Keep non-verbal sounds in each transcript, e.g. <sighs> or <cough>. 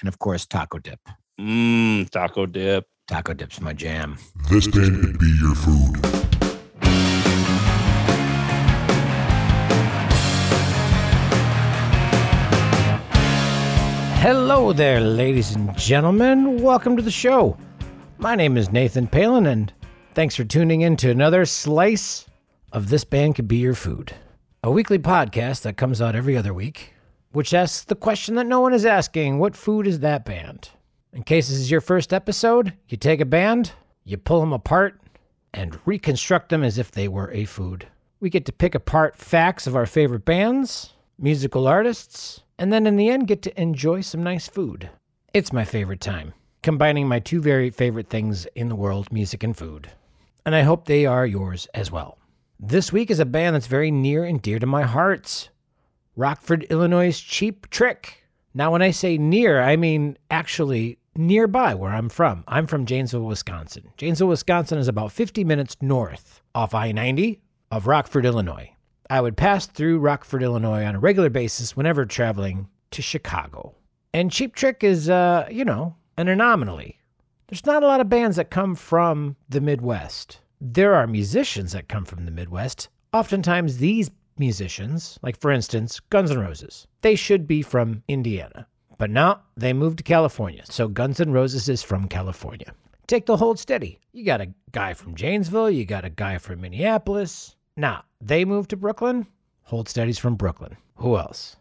and of course taco dip. Mmm, taco dip. Taco dip's my jam. This thing could be your food. Hello there, ladies and gentlemen. Welcome to the show. My name is Nathan Palin, and thanks for tuning in to another slice of This Band Could Be Your Food, a weekly podcast that comes out every other week, which asks the question that no one is asking what food is that band? In case this is your first episode, you take a band, you pull them apart, and reconstruct them as if they were a food. We get to pick apart facts of our favorite bands, musical artists, and then in the end get to enjoy some nice food. It's my favorite time, combining my two very favorite things in the world music and food. And I hope they are yours as well. This week is a band that's very near and dear to my heart Rockford, Illinois' Cheap Trick. Now, when I say near, I mean actually nearby where I'm from. I'm from Janesville, Wisconsin. Janesville, Wisconsin is about 50 minutes north off I 90 of Rockford, Illinois. I would pass through Rockford, Illinois on a regular basis whenever traveling to Chicago. And Cheap Trick is, uh, you know, an anomaly. There's not a lot of bands that come from the Midwest. There are musicians that come from the Midwest. Oftentimes, these musicians, like for instance, Guns N' Roses, they should be from Indiana. But no, they moved to California. So Guns N' Roses is from California. Take the hold steady. You got a guy from Janesville, you got a guy from Minneapolis. Nah, they moved to Brooklyn. Hold steady's from Brooklyn. Who else?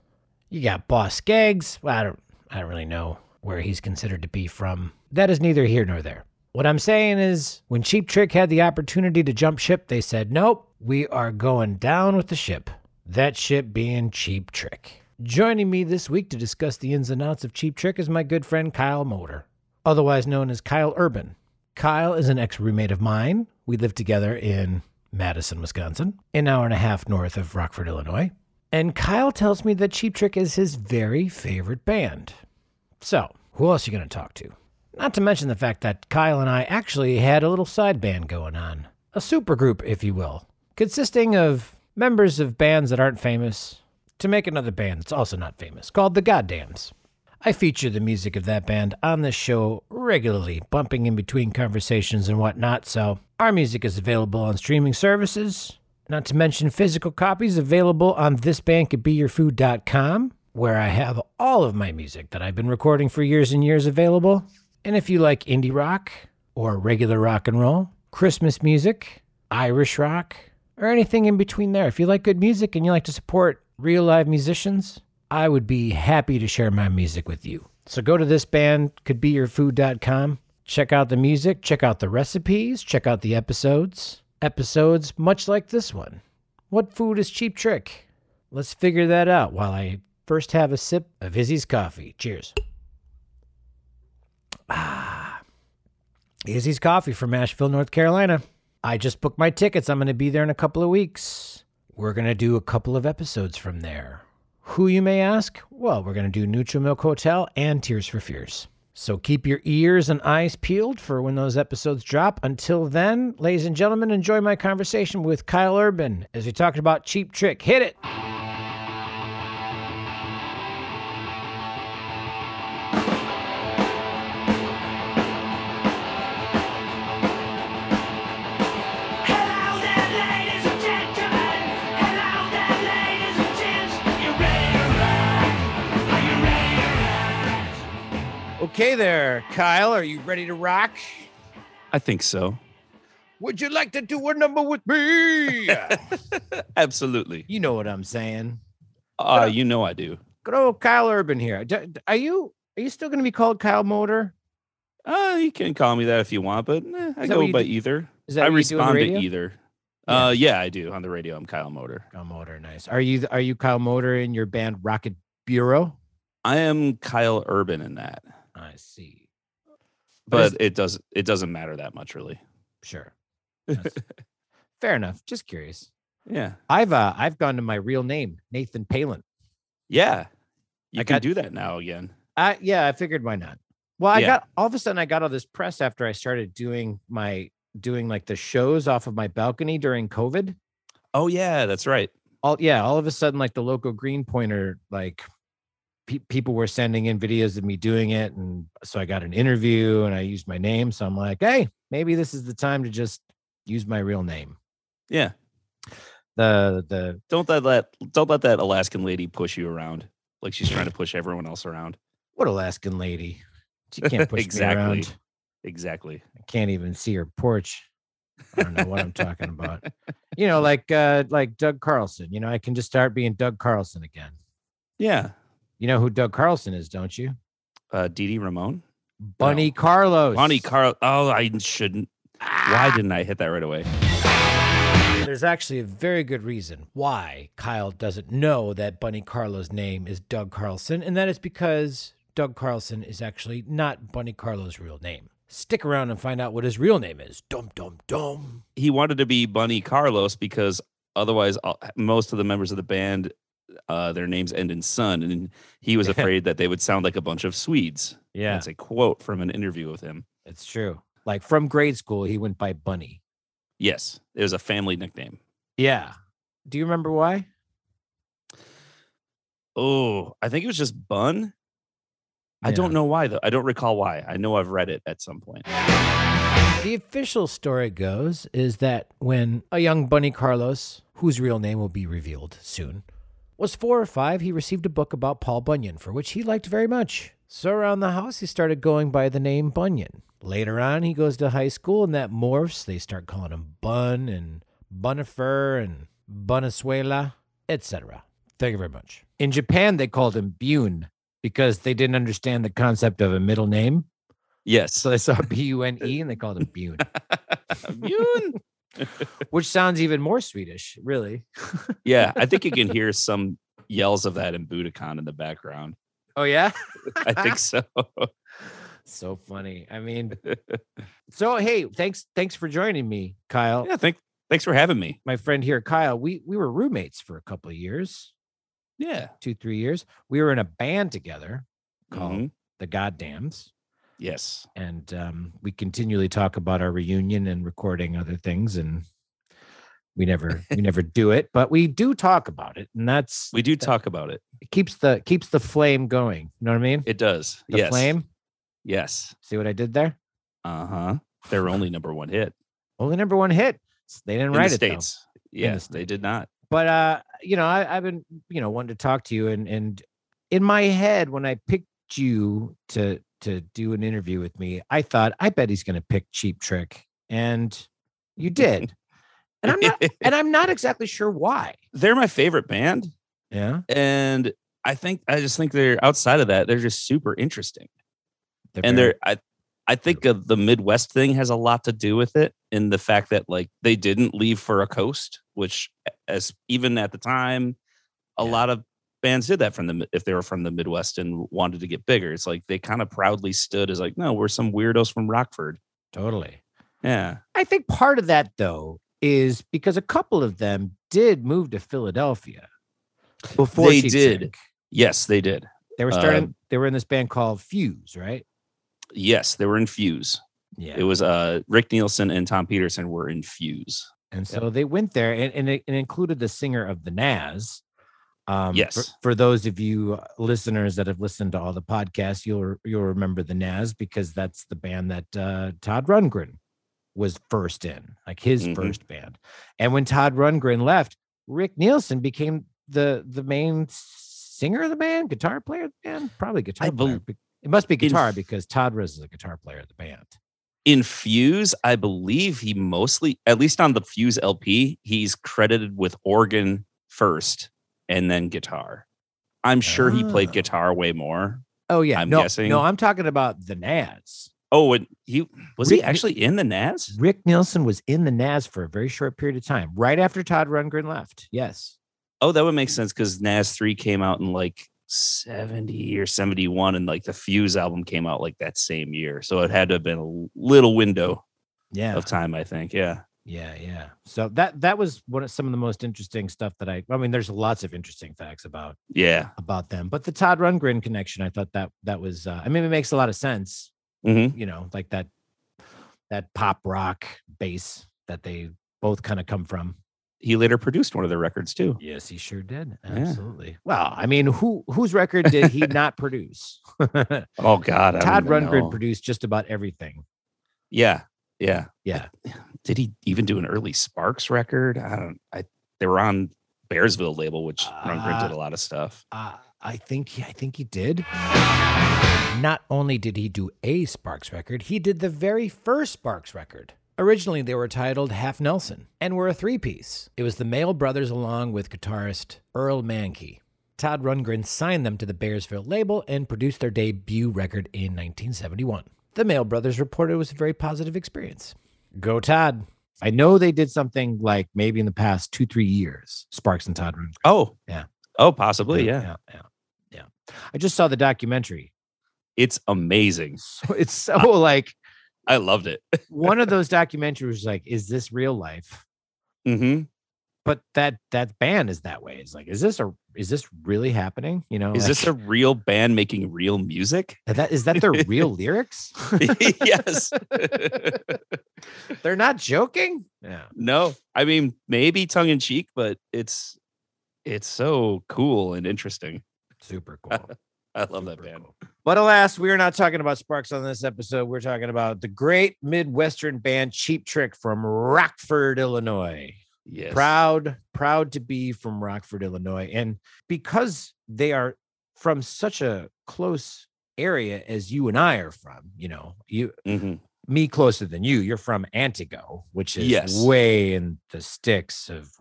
You got Boss Skaggs. Well, I don't, I don't really know where he's considered to be from. That is neither here nor there. What I'm saying is, when Cheap Trick had the opportunity to jump ship, they said, nope, we are going down with the ship. That ship being Cheap Trick. Joining me this week to discuss the ins and outs of Cheap Trick is my good friend Kyle Motor, otherwise known as Kyle Urban. Kyle is an ex roommate of mine. We lived together in Madison, Wisconsin, an hour and a half north of Rockford, Illinois. And Kyle tells me that Cheap Trick is his very favorite band. So, who else are you going to talk to? Not to mention the fact that Kyle and I actually had a little side band going on, a supergroup, if you will, consisting of members of bands that aren't famous to make another band that's also not famous called the Goddams. I feature the music of that band on this show regularly, bumping in between conversations and whatnot, so our music is available on streaming services, not to mention physical copies available on thisbandcouldbeyourfood.com, where I have all of my music that I've been recording for years and years available. And if you like indie rock or regular rock and roll, Christmas music, Irish rock, or anything in between there, if you like good music and you like to support real live musicians, I would be happy to share my music with you. So go to thisbandcouldbeyourfood.com, check out the music, check out the recipes, check out the episodes. Episodes much like this one. What food is Cheap Trick? Let's figure that out while I first have a sip of Izzy's coffee. Cheers. Izzy's Coffee from Asheville, North Carolina. I just booked my tickets. I'm going to be there in a couple of weeks. We're going to do a couple of episodes from there. Who, you may ask? Well, we're going to do Neutral Milk Hotel and Tears for Fears. So keep your ears and eyes peeled for when those episodes drop. Until then, ladies and gentlemen, enjoy my conversation with Kyle Urban as we talked about Cheap Trick. Hit it! Hello there, ladies and gentlemen. Hello there, ladies and gents. You ready to ride? Are you ready to ride? Okay, there, Kyle. Are you ready to rock? I think so. Would you like to do a number with me? <laughs> Absolutely. you know what I'm saying. Uh, you know I do. Good old Kyle Urban here. D- d- Are you are you still going to be called Kyle Motor? Uh, you can call me that if you want, but eh, I Is that what go you by do- either. Is I what you do on respond the to radio? either. Yeah. Uh, yeah, I do on the radio. I'm Kyle Motor. Kyle Motor, nice. Are you are you Kyle Motor in your band Rocket Bureau? I am Kyle Urban in that, I see. But is- but it does it doesn't matter that much really. Sure. <laughs> That's- Fair enough. Just curious. Yeah, I've uh, I've gone to my real name, Nathan Palin. yeah. You I can got- do that now again. I yeah, I figured why not. Well, I Yeah. got all of a sudden I got all this press after I started doing my doing like the shows off of my balcony during COVID. Oh yeah, that's right. all yeah, all of a sudden, like the local green pointer, like pe- people were sending in videos of me doing it, and so I got an interview and I used my name. So I'm like, hey, maybe this is the time to just use my real name. Yeah. The the Don't let that don't let that Alaskan lady push you around like she's trying to push everyone else around. what Alaskan lady? She can't push Exactly. me around. Exactly. I can't even see her porch. I don't know what I'm talking about. You know, like uh like Doug Carlson. You know, I can just start being Doug Carlson again. Yeah. You know who Doug Carlson is, don't you? Uh Didi Ramon. Bunny Carlos. Bonnie Carl. Oh, I shouldn't. Why didn't I hit that right away? There's actually a very good reason why Kyle doesn't know that Bunny Carlo's name is Doug Carlson, and that is because Doug Carlson is actually not Bunny Carlo's real name. Stick around and find out what his real name is. Dum dum dum. He wanted to be Bunny Carlos because otherwise, all- most of the members of the band, uh, their names end in son, and he <laughs> was afraid that they would sound like a bunch of Swedes. Yeah, That's a quote from an interview with him. it's true. Like from grade school, he went by Bunny. Yes, it was a family nickname. Yeah. Do you remember why? Oh, I think it was just Bun. I Yeah. don't know why though. I don't recall why. I know I've read it at some point. The official story goes is that when a young Bunny Carlos, whose real name will be revealed soon, was four or five, he received a book about Paul Bunyan, for which he liked very much. So around the house, he started going by the name Bunyan. Later on, he goes to high school, and that morphs. They start calling him Bun and Bunifer and Bunasuela, etc. Thank you very much. In Japan, they called him Bune because they didn't understand the concept of a middle name. Yes. So <laughs> they saw <laughs> B U N E and they called him Bune Bjorn. <laughs> which sounds even more Swedish, really. yeah, I think you can hear some yells of that in Budokan in the background. Oh yeah, I <laughs> think so. so funny. I <laughs> mean, so hey, thanks, thanks for joining me, Kyle. Yeah, thank, thanks for having me. My friend here, Kyle. We we were roommates for a couple of years, Yeah. two three years. We were in a band together called Mhm. the Goddams, Yes. and um, we continually talk about our reunion and recording other things, and we never we never <laughs> do it, but we do talk about it, and that's We do talk about it. it keeps the keeps the flame going. You know what I mean? It does. The yes. flame. Yes. See what I did there? Uh-huh. Their only number one hit. only number one hit. S- They didn't In write the it though. States. Yes, they States. did not. But uh, you know, I, I've been you know wanting to talk to you, and and in my head when I picked you to to do an interview with me, I thought I bet he's going to pick Cheap Trick, and you <laughs> did, and I'm not and I'm not exactly sure why. They're my favorite band. Yeah, And I think I just think they're outside of that, they're just super interesting. very- and they're I, I think uh, the Midwest thing has a lot to do with it in the fact that like they didn't leave for a coast, which as even at the time, a Yeah. lot of bands did that from the Mi- if they were from the Midwest and wanted to get bigger. It's like they kind of proudly stood as like, no, we're some weirdos from Rockford. totally. Yeah, I think part of that though is because a couple of them did move to Philadelphia before They Cheap did. Trick. yes, they did. They were starting. Um, they were in this band called Fuse, right? Yes, they were in Fuse. Yeah, It was uh Rick Nielsen and Tom Peterson were in Fuse. And so they went there and, and it, it included the singer of the Nas. Um, for- Yes. For, those of you uh, listeners that have listened to all the podcasts, you'll re- you'll remember the Nas because that's the band that uh, Todd Rundgren was first in, like his Mhm. first band. And when Todd Rundgren left, Rick Nielsen became the the main singer of the band, guitar player of the band, probably guitar player. bel- be- It must be in guitar f- because Todd was the guitar player of the band. in Fuse, I believe he mostly, at least on the Fuse LP, he's credited with organ first and then guitar. I'm sure he Oh. played guitar way more. Oh yeah, I'm no, guessing. no, I'm talking about the Nas. Oh, and he was he Rick- actually in the Nas? Rick Nielsen was in the Nas for a very short period of time, right after Todd Rundgren left. Yes. Oh, that would make sense because Nas three came out in like seventy or seventy one, and like the Fuse album came out like that same year, so it had to have been a little window Yeah. of time, I think. Yeah, Yeah, yeah. So that that was one of some of the most interesting stuff that I I mean there's lots of interesting facts about yeah, about them, but the Todd Rundgren connection, I thought that that was uh, I mean it makes a lot of sense, hmm you know, like that that pop rock base that they both kind of come from. he later produced one of their records too. Yes, he sure did. Yeah. Absolutely. Well, I mean, who whose record did he not produce? <laughs> Todd Oh God, I don't even Rundgren know. produced just about everything. Yeah, yeah. Yeah. Did he even do an early Sparks record? I don't. I they were on Bearsville label, which Rundgren Ah. did a lot of stuff. Uh, I think he, I think he did. Not only did he do a Sparks record, he did the very first Sparks record. Originally, they were titled Half Nelson and were a three piece. It was the Mail Brothers along with guitarist Earl Mankey. Todd Rundgren signed them to the Bearsville label and produced their debut record in 1971. The Mail Brothers reported it was a very positive experience. Go, Todd. I know they did something like maybe in the past two, three years, Sparks and Todd Rundgren. Oh Yeah. Oh, possibly yeah. yeah, yeah, yeah. I just saw the documentary. It's <laughs> amazing. So it's so like I loved it. <laughs> one of those documentaries. Like, is this real life? hmm But that that band is that way. It's like, is this a is this really happening? You know, Is this a like, real band making real music? <laughs> <laughs> that is that their real lyrics? yes. <laughs> They're not joking. Yeah, no. I mean, maybe tongue in cheek, but it's it's so cool and interesting. super cool. I love that Super band. cool. But alas, we are not talking about Sparks on this episode. We're talking about the great Midwestern band Cheap Trick from Rockford, Illinois. Yes. proud proud to be from rockford illinois and because they are from such a close area as you and i are from you know you Mhm. me closer than you you're from antigo which is Yes. way in the sticks of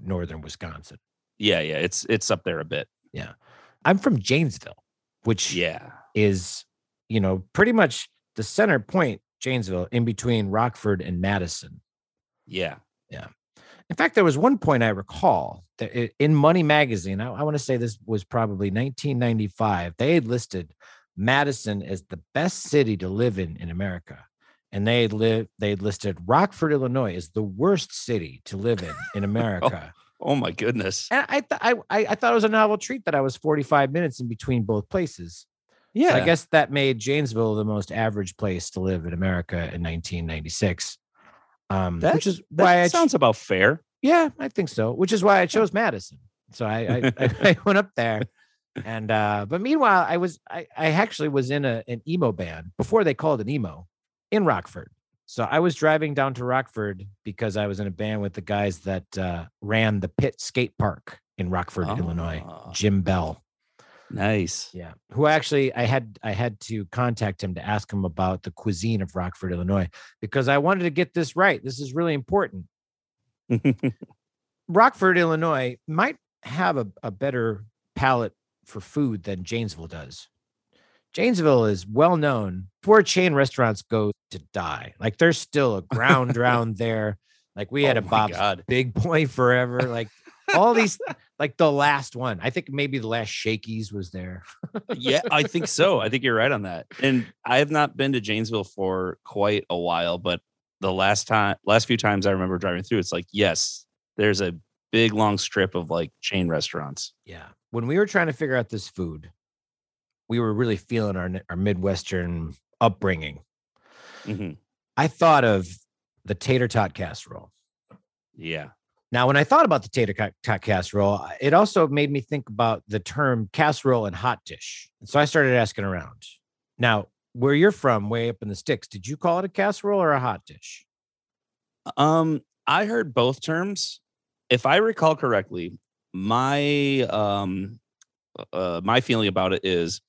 northern wisconsin Yeah, yeah. It's it's up there a bit. i'm from janesville which Yeah. is you know pretty much the center point janesville in between rockford and madison Yeah. In fact, there was one point I recall that i- in Money Magazine, I, want to say this was probably 1995, they had listed Madison as the best city to live in in America. And they had lived, they had listed Rockford, Illinois as the worst city to live in <laughs> in America. Oh my goodness. And I, th- I, I, I thought it was a novel treat that I was 45 minutes in between both places. So I Yeah. guess that made Janesville the most average place to live in America in 1996. Um, That- which is That why I ch- sounds about fair. yeah, I think so. Which is why I chose Madison. So I I, I, I went up there, and uh, but meanwhile I was I I actually was in a an emo band before they called it emo in Rockford. So I was driving down to Rockford because I was in a band with the guys that uh, ran the Pit Skate Park in Rockford, Illinois. Ah, Jim Bell, Nice. yeah, who actually I had I had to contact him to ask him about the cuisine of Rockford, Illinois, because I wanted to get this right. This is really <laughs> important. Rockford, Illinois might have a, a better palate for food than Janesville does. Janesville is well known It's where chain restaurants go to die. Like there's still a <laughs> ground round there. Like we had Oh a my Bob's God. <laughs> Big Boy forever. Like all these, like the last one. I think maybe the last Shakey's was there. <laughs> yeah, I think so. I think you're right on that. And I have not been to Janesville for quite a while, but the last time, last few times I remember driving through, it's like, yes, there's a big long strip of like chain restaurants. Yeah. When we were trying to figure out this food, we were really feeling our our Midwestern upbringing. Mhm. I thought of the tater tot casserole. Yeah. Now, when I thought about the tater ca- tot casserole, I- it also made me think about the term casserole and hot dish. So I started asking around. Now, where you're from, way up in the sticks, did you call it a casserole or a hot dish? Um, I heard both terms. If I recall correctly, my um uh my feeling about it is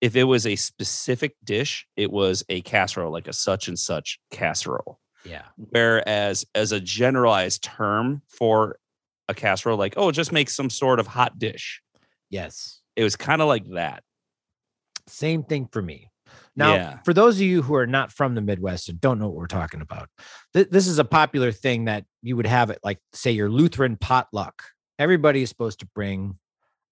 if it was a specific dish, it was a casserole, like a such and such casserole. Yeah. Whereas, as a generalized term for a casserole, like, oh, just make some sort of hot dish. Yes. It was kind of like that. Same thing for me. Now, Yeah. for those of you who are not from the Midwest and don't know what we're talking about, th- this is a popular thing that you would have at, like, say, your Lutheran potluck. Everybody is supposed to bring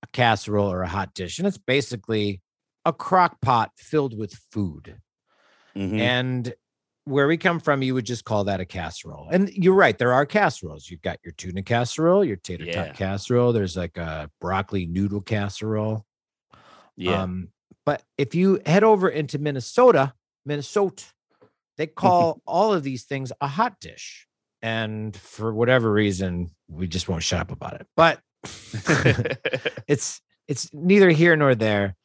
a casserole or a hot dish, and it's basically a crock pot filled with food. Mhm. And where we come from, you would just call that a casserole. And you're right, there are casseroles. You've got your tuna casserole, your tater Yeah. tot casserole. There's like a broccoli noodle casserole. yeah. <laughs> Um, but if you head over into Minnesota, Minnesota, they call all of these things a hot dish. and for whatever reason, we just won't shut up about it. But it's it's neither here nor there.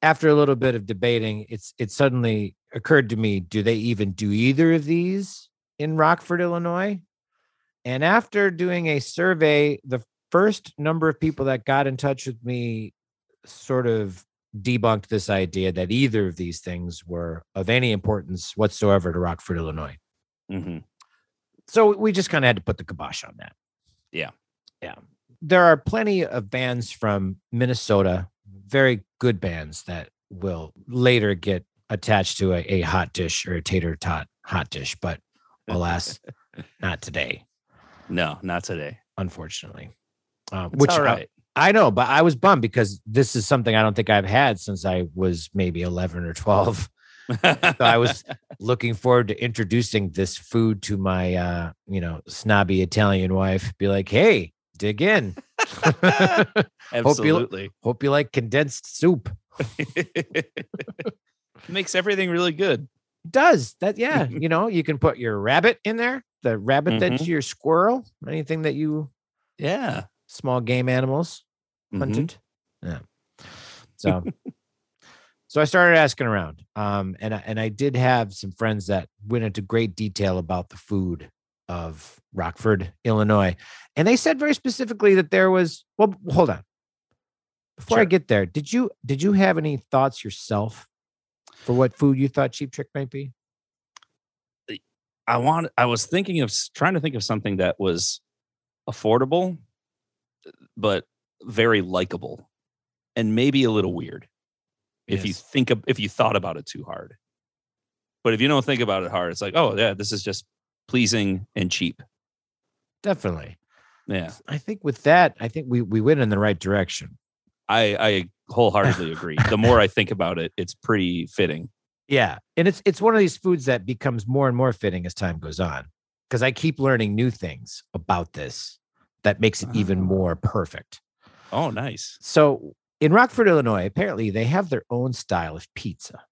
After a little bit of debating, it's it suddenly occurred to me: Do they even do either of these in Rockford, Illinois? And after doing a survey, the first number of people that got in touch with me sort of debunked this idea that either of these things were of any importance whatsoever to Rockford, Illinois. Mhm. So we just kind of had to put the kibosh on that. Yeah. Yeah. There are plenty of bands from Minnesota, very good bands that will later get attached to a, a hot dish or a tater tot hot dish, <laughs> but alas, not today, No, not today. unfortunately. Uh, It's which all I- right. I know, but I was bummed because this is something I don't think I've had since I was maybe 11 or 12. So <laughs> I was looking forward to introducing this food to my, uh, you know, snobby Italian wife. Be like, hey, dig in. <laughs> absolutely Hope you like condensed soup. <laughs> makes everything really good. does that yeah you know you can put your rabbit in there the rabbit that's your squirrel anything that you Yeah. small game animals Mhm. hunted Mm-hmm. yeah <laughs> so so i started asking around um and I, and i did have some friends that went into great detail about the food of rockford illinois and they said very specifically that there was well hold on before i Sure. get there did you did you have any thoughts yourself for what food you thought cheap trick might be I want I was thinking of s- trying to think of something that was affordable but very likable and maybe a little weird if you Yes. think of, if you thought about it too hard. But if you don't think about it hard, it's like, oh yeah, this is just pleasing and cheap. Definitely. Yeah. I think with that, I think we we went in the right direction. I I <laughs> wholeheartedly agree. The more I think about it, it's pretty fitting. Yeah. And it's it's one of these foods that becomes more and more fitting as time goes on. Because I keep learning new things about this that makes it even Ah. more perfect. Oh, nice. So in Rockford, Illinois, apparently they have their own style of pizza.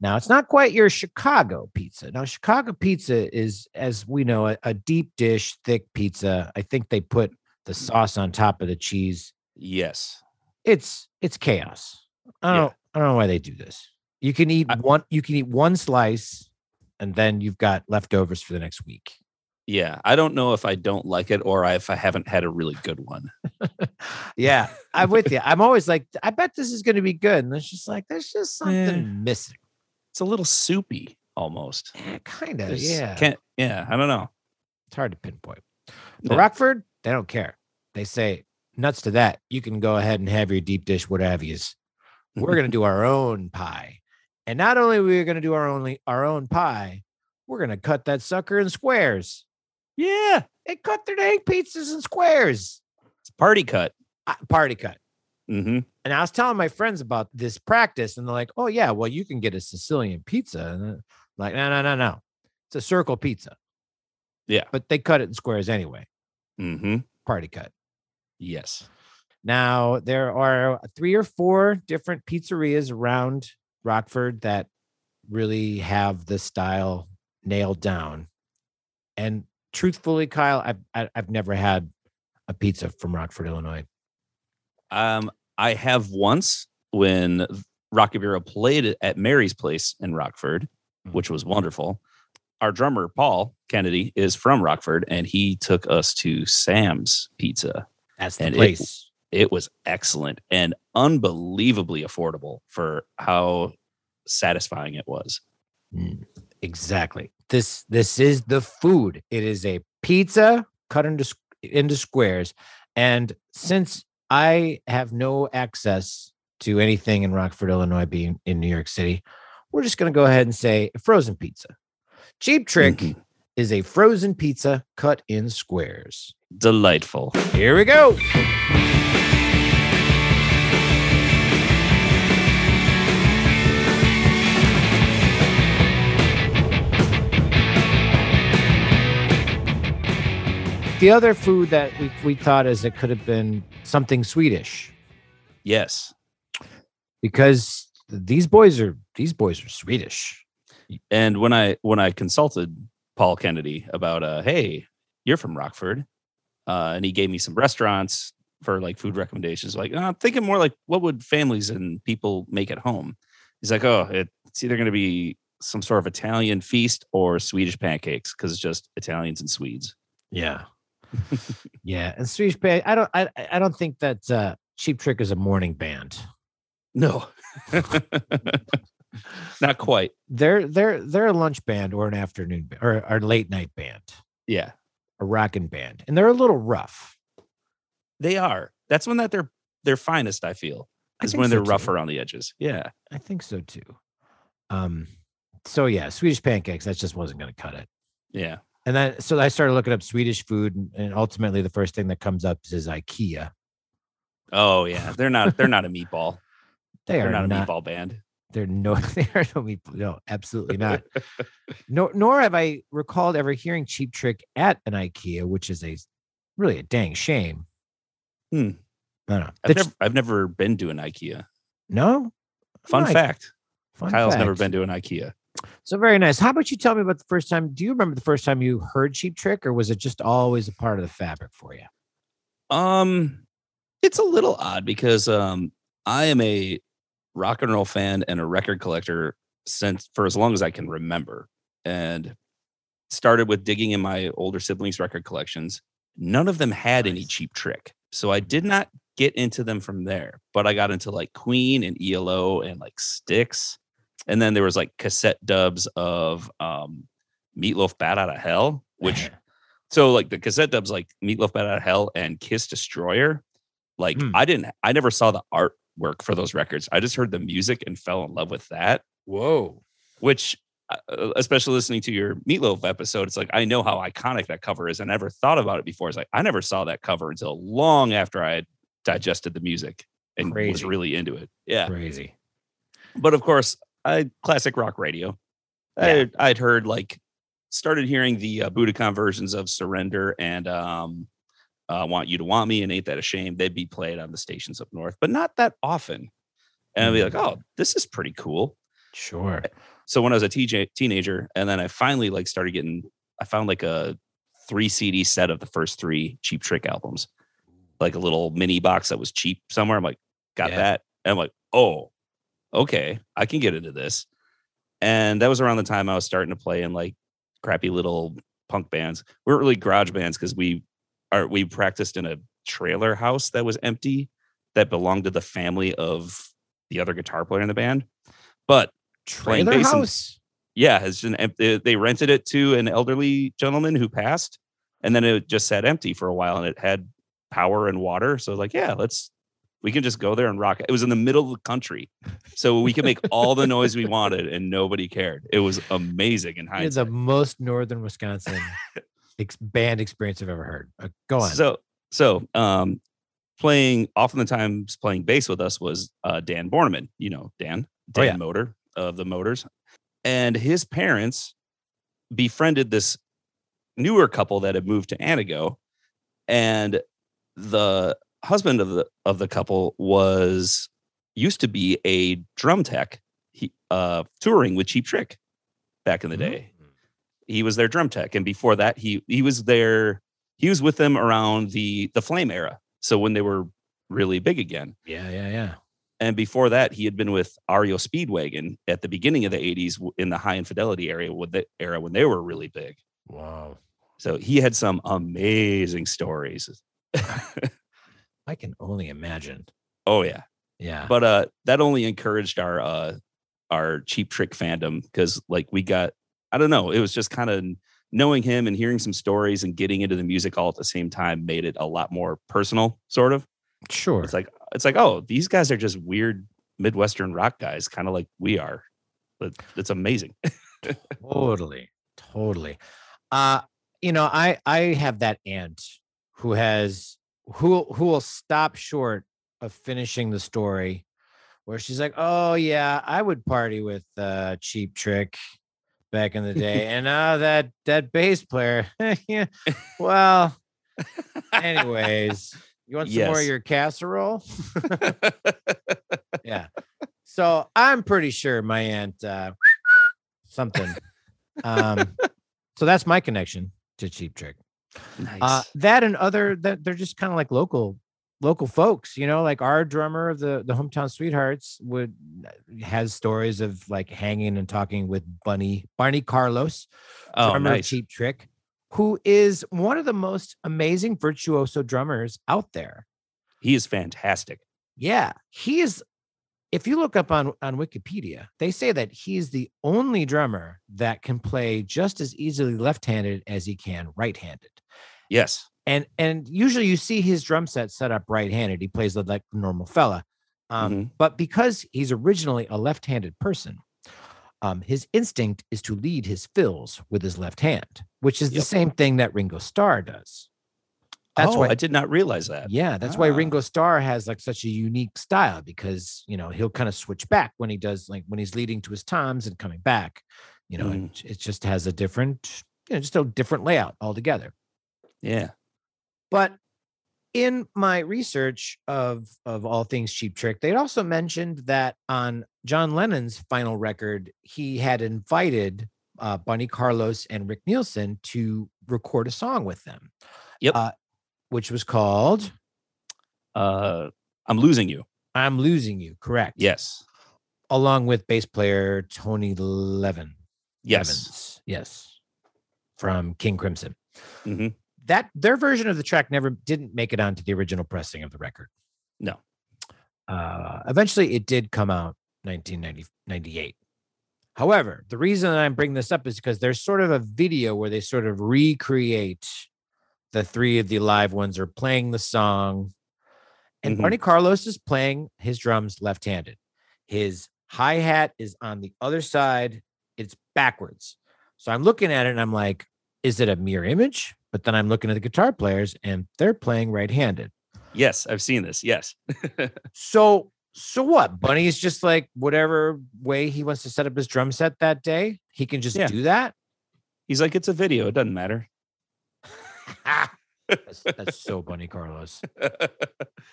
Now it's not quite your Chicago pizza. Now Chicago pizza is, as we know, a, a deep dish, thick pizza. I think they put the sauce on top of the cheese. Yes. it's it's chaos. I Yeah. don't I don't know why they do this. You can eat I- one you can eat one slice and then you've got leftovers for the next week. Yeah. I don't know if I don't like it or if I haven't had a really good one. yeah, I'm with you. I'm always like I bet this is going to be good and it's just like there's just something Yeah. missing. It's a little soupy almost. Kind of. There's- Yeah. Can't, yeah. I don't know. It's hard to pinpoint. But Yeah. Rockford, they don't care. They say nuts to that. You can go ahead and have your deep dish whatever yous. We're <laughs> going to do our own pie. And not only are we going to do our only our own pie, we're going to cut that sucker in squares. Yeah. They cut their dang pizzas in squares. It's party cut. Ah, Party cut. Mm-hmm. And I was telling my friends about this practice, and they're like, "Oh yeah, well you can get a Sicilian pizza." And I'm like, no, no, no, no, it's a circle pizza. Yeah. but they cut it in squares anyway. Mm-hmm. Party cut. Yes. Now there are three or four different pizzerias around Rockford that really have the style nailed down. And truthfully, Kyle, I've I- I've never had a pizza from Rockford, Illinois. Um, I have once when Rocky Bureau played at Mary's place in Rockford, Mm. which was wonderful. Our drummer Paul Kennedy is from Rockford, and he took us to Sam's Pizza. That's the And it- place. It was excellent and unbelievably affordable for how satisfying it was. Mm, exactly. This this is the food. It is a pizza cut into s- into squares. And since I have no access to anything in Rockford, Illinois, being in New York City, we're just going to go ahead and say frozen pizza. Cheap Trick Mhm. is a frozen pizza cut in squares. Delightful. Here we go. The other food that we, we thought is it could have been something Swedish Yes. because these boys are these boys are Swedish. And when I when I consulted Paul Kennedy about, uh, hey, you're from Rockford, uh, and he gave me some restaurants for like food recommendations. Like, "No, I'm thinking more like what would families and people make at home. He's like, oh, it's either going to be some sort of Italian feast or Swedish pancakes because it's just Italians and Swedes. Yeah. <laughs> yeah. And Swedish Band, I don't I I I don't think that uh Cheap Trick is a morning band. No, <laughs> not quite. They're they're they're a lunch band or an afternoon ba- or or late night band, Yeah, a rockin' band. And they're a little rough. they are. That's when that they're their finest. I feel I is think when so they're too. rough around the edges. Yeah. I think so too. Um so yeah, Swedish pancakes, that just wasn't gonna cut it. Yeah. And then so I started looking up Swedish food and- and ultimately the first thing that comes up is IKEA. <laughs> Oh yeah. They're not. They're not a meatball. They They're are not a not meatball band. There no <laughs> they are no meat. No, absolutely <laughs> not. nor nor have I recalled ever hearing Cheap Trick at an IKEA, which is a really a dang shame. Hmm. I don't know. I've The ch- never, I've never been to an IKEA. no. Fun Nice. fact: Fun Kyle's never fact. been to an IKEA. So very nice. How about you tell me about the first time? Do you remember the first time you heard Cheap Trick, or was it just always a part of the fabric for you? Um, it's a little odd because um, I am a rock and roll fan and a record collector since for as long as I can remember, and started with digging in my older siblings' record collections. None of them had any Nice. cheap trick, so I did not get into them from there. But I got into like Queen and ELO and like Styx, and then there was like cassette dubs of um, Meatloaf Bat Out of Hell, <laughs> which so like the cassette dubs like Meatloaf Bat Out of Hell and Kiss Destroyer. Like Hmm. I didn't I never saw the artwork for those records. I just heard the music and fell in love with that, Whoa. which uh, especially listening to your Meatloaf episode, it's like I know how iconic that cover is. I never thought about it before. It's like I never saw that cover until long after I had digested the music and was Crazy. really into it. Yeah Crazy. but of course, I classic rock radio. Yeah. I, I'd heard like started hearing the uh, Budokan versions of Surrender and um, uh, Want You to Want Me and Ain't That a Shame. They'd be played on the stations up north, but not that often. And I'd be Mm-hmm. like, oh, this is pretty cool. Uh, Sure. So when I was a TJ, teenager, and then I finally like started getting, I found like a three CD set of the first three Cheap Trick albums, like a little mini box that was cheap somewhere. I'm like, got Yeah. that. And I'm like, oh, okay, I can get into this. And that was around the time I was starting to play in like crappy little punk bands. We weren't really garage bands because we are we practiced in a trailer house that was empty that belonged to the family of the other guitar player in the band. But Playing Trailer bass and- house. yeah, it's an empty. They rented it to an elderly gentleman who passed, and then it just sat empty for a while, and it had power and water. So like, yeah, let's we can just go there and rock. It was in the middle of the country, so we could make all the noise we wanted, and nobody cared. It was amazing in It's hindsight. the most northern Wisconsin <laughs> ex- band experience I've ever heard. Uh, go on. So so um, playing oftentimes playing bass with us was uh, Dan Borneman. You know Dan Oh, Dan yeah. Motor of the Motors, and his parents befriended this newer couple that had moved to Anago, and the husband of the of the couple was used to be a drum tech, he, uh, touring with Cheap Trick back in the Mm-hmm. day he was their drum tech and before that he he was there he was with them around the the flame era so when they were really big again Yeah, yeah, yeah. and before that he had been with ario speedwagon at the beginning of the 80s w- in the high infidelity area with the era when they were really big Wow. so he had some amazing stories <laughs> I can only imagine. oh yeah Yeah. but uh that only encouraged our uh our cheap trick fandom because like we got i don't know it was just kind of knowing him and hearing some stories and getting into the music all at the same time made it a lot more personal sort of sure. it's like it's like oh these guys are just weird midwestern rock guys kind of like we are but it's amazing Uh, totally. Totally. Uh, you know, I I have that aunt who has who who will stop short of finishing the story where she's like, "Oh yeah, I would party with uh Cheap Trick back in the day." and uh that that bass player. <laughs> yeah. Well, anyways, you want some more of Yes. your casserole? yeah. So I'm pretty sure my aunt uh, something um, So that's my connection to Cheap Trick. Nice. Uh, that and other that they're just kind of like local local folks, you know, like our drummer of the the hometown sweethearts would has stories of like hanging and talking with Bunny Barney Carlos, oh, drummer of nice. Cheap Trick, who is one of the most amazing virtuoso drummers out there. He is fantastic. Yeah, he is. If you look up on on Wikipedia, they say that he's the only drummer that can play just as easily left-handed as he can right-handed. Yes. And and usually you see his drum set set up right-handed. He plays like a normal fella. Um, Mhm. But because he's originally a left-handed person, um, his instinct is to lead his fills with his left hand, which is the Yep. same thing that Ringo Starr does. That's oh, why I did not realize that. yeah, that's why Ah. Ringo Starr has like such a unique style because you know he'll kind of switch back when he does like when he's leading to his toms and coming back. You know, Mm. it, it just has a different, you know, just a different layout altogether. Yeah. But in my research of of all things Cheap Trick, they also mentioned that on John Lennon's final record, he had invited uh, Bunny Carlos and Rick Nielsen to record a song with them. Yep. uh, which was called Uh, I'm losing you. "I'm Losing You." Correct. Yes. along with bass player Tony Levin. Yes. Evans, yes, from King Crimson. Mhm. That their version of the track never didn't make it onto the original pressing of the record. No. Uh, eventually, it did come out 1998. However, the reason that I'm bringing this up is because there's sort of a video where they sort of recreate the three of the live ones are playing the song, and Mhm. Barney Carlos is playing his drums left-handed. His hi hat is on the other side. It's backwards. So I'm looking at it and I'm like, is it a mirror image? But then I'm looking at the guitar players and they're playing right handed. Yes. I've seen this. Yes. So, so what? Bunny is just like whatever way he wants to set up his drum set that day, he can just Yeah. do that. <laughs> He's like, it's a video. It doesn't matter. <laughs> that's, that's so Bunny Carlos. It's like,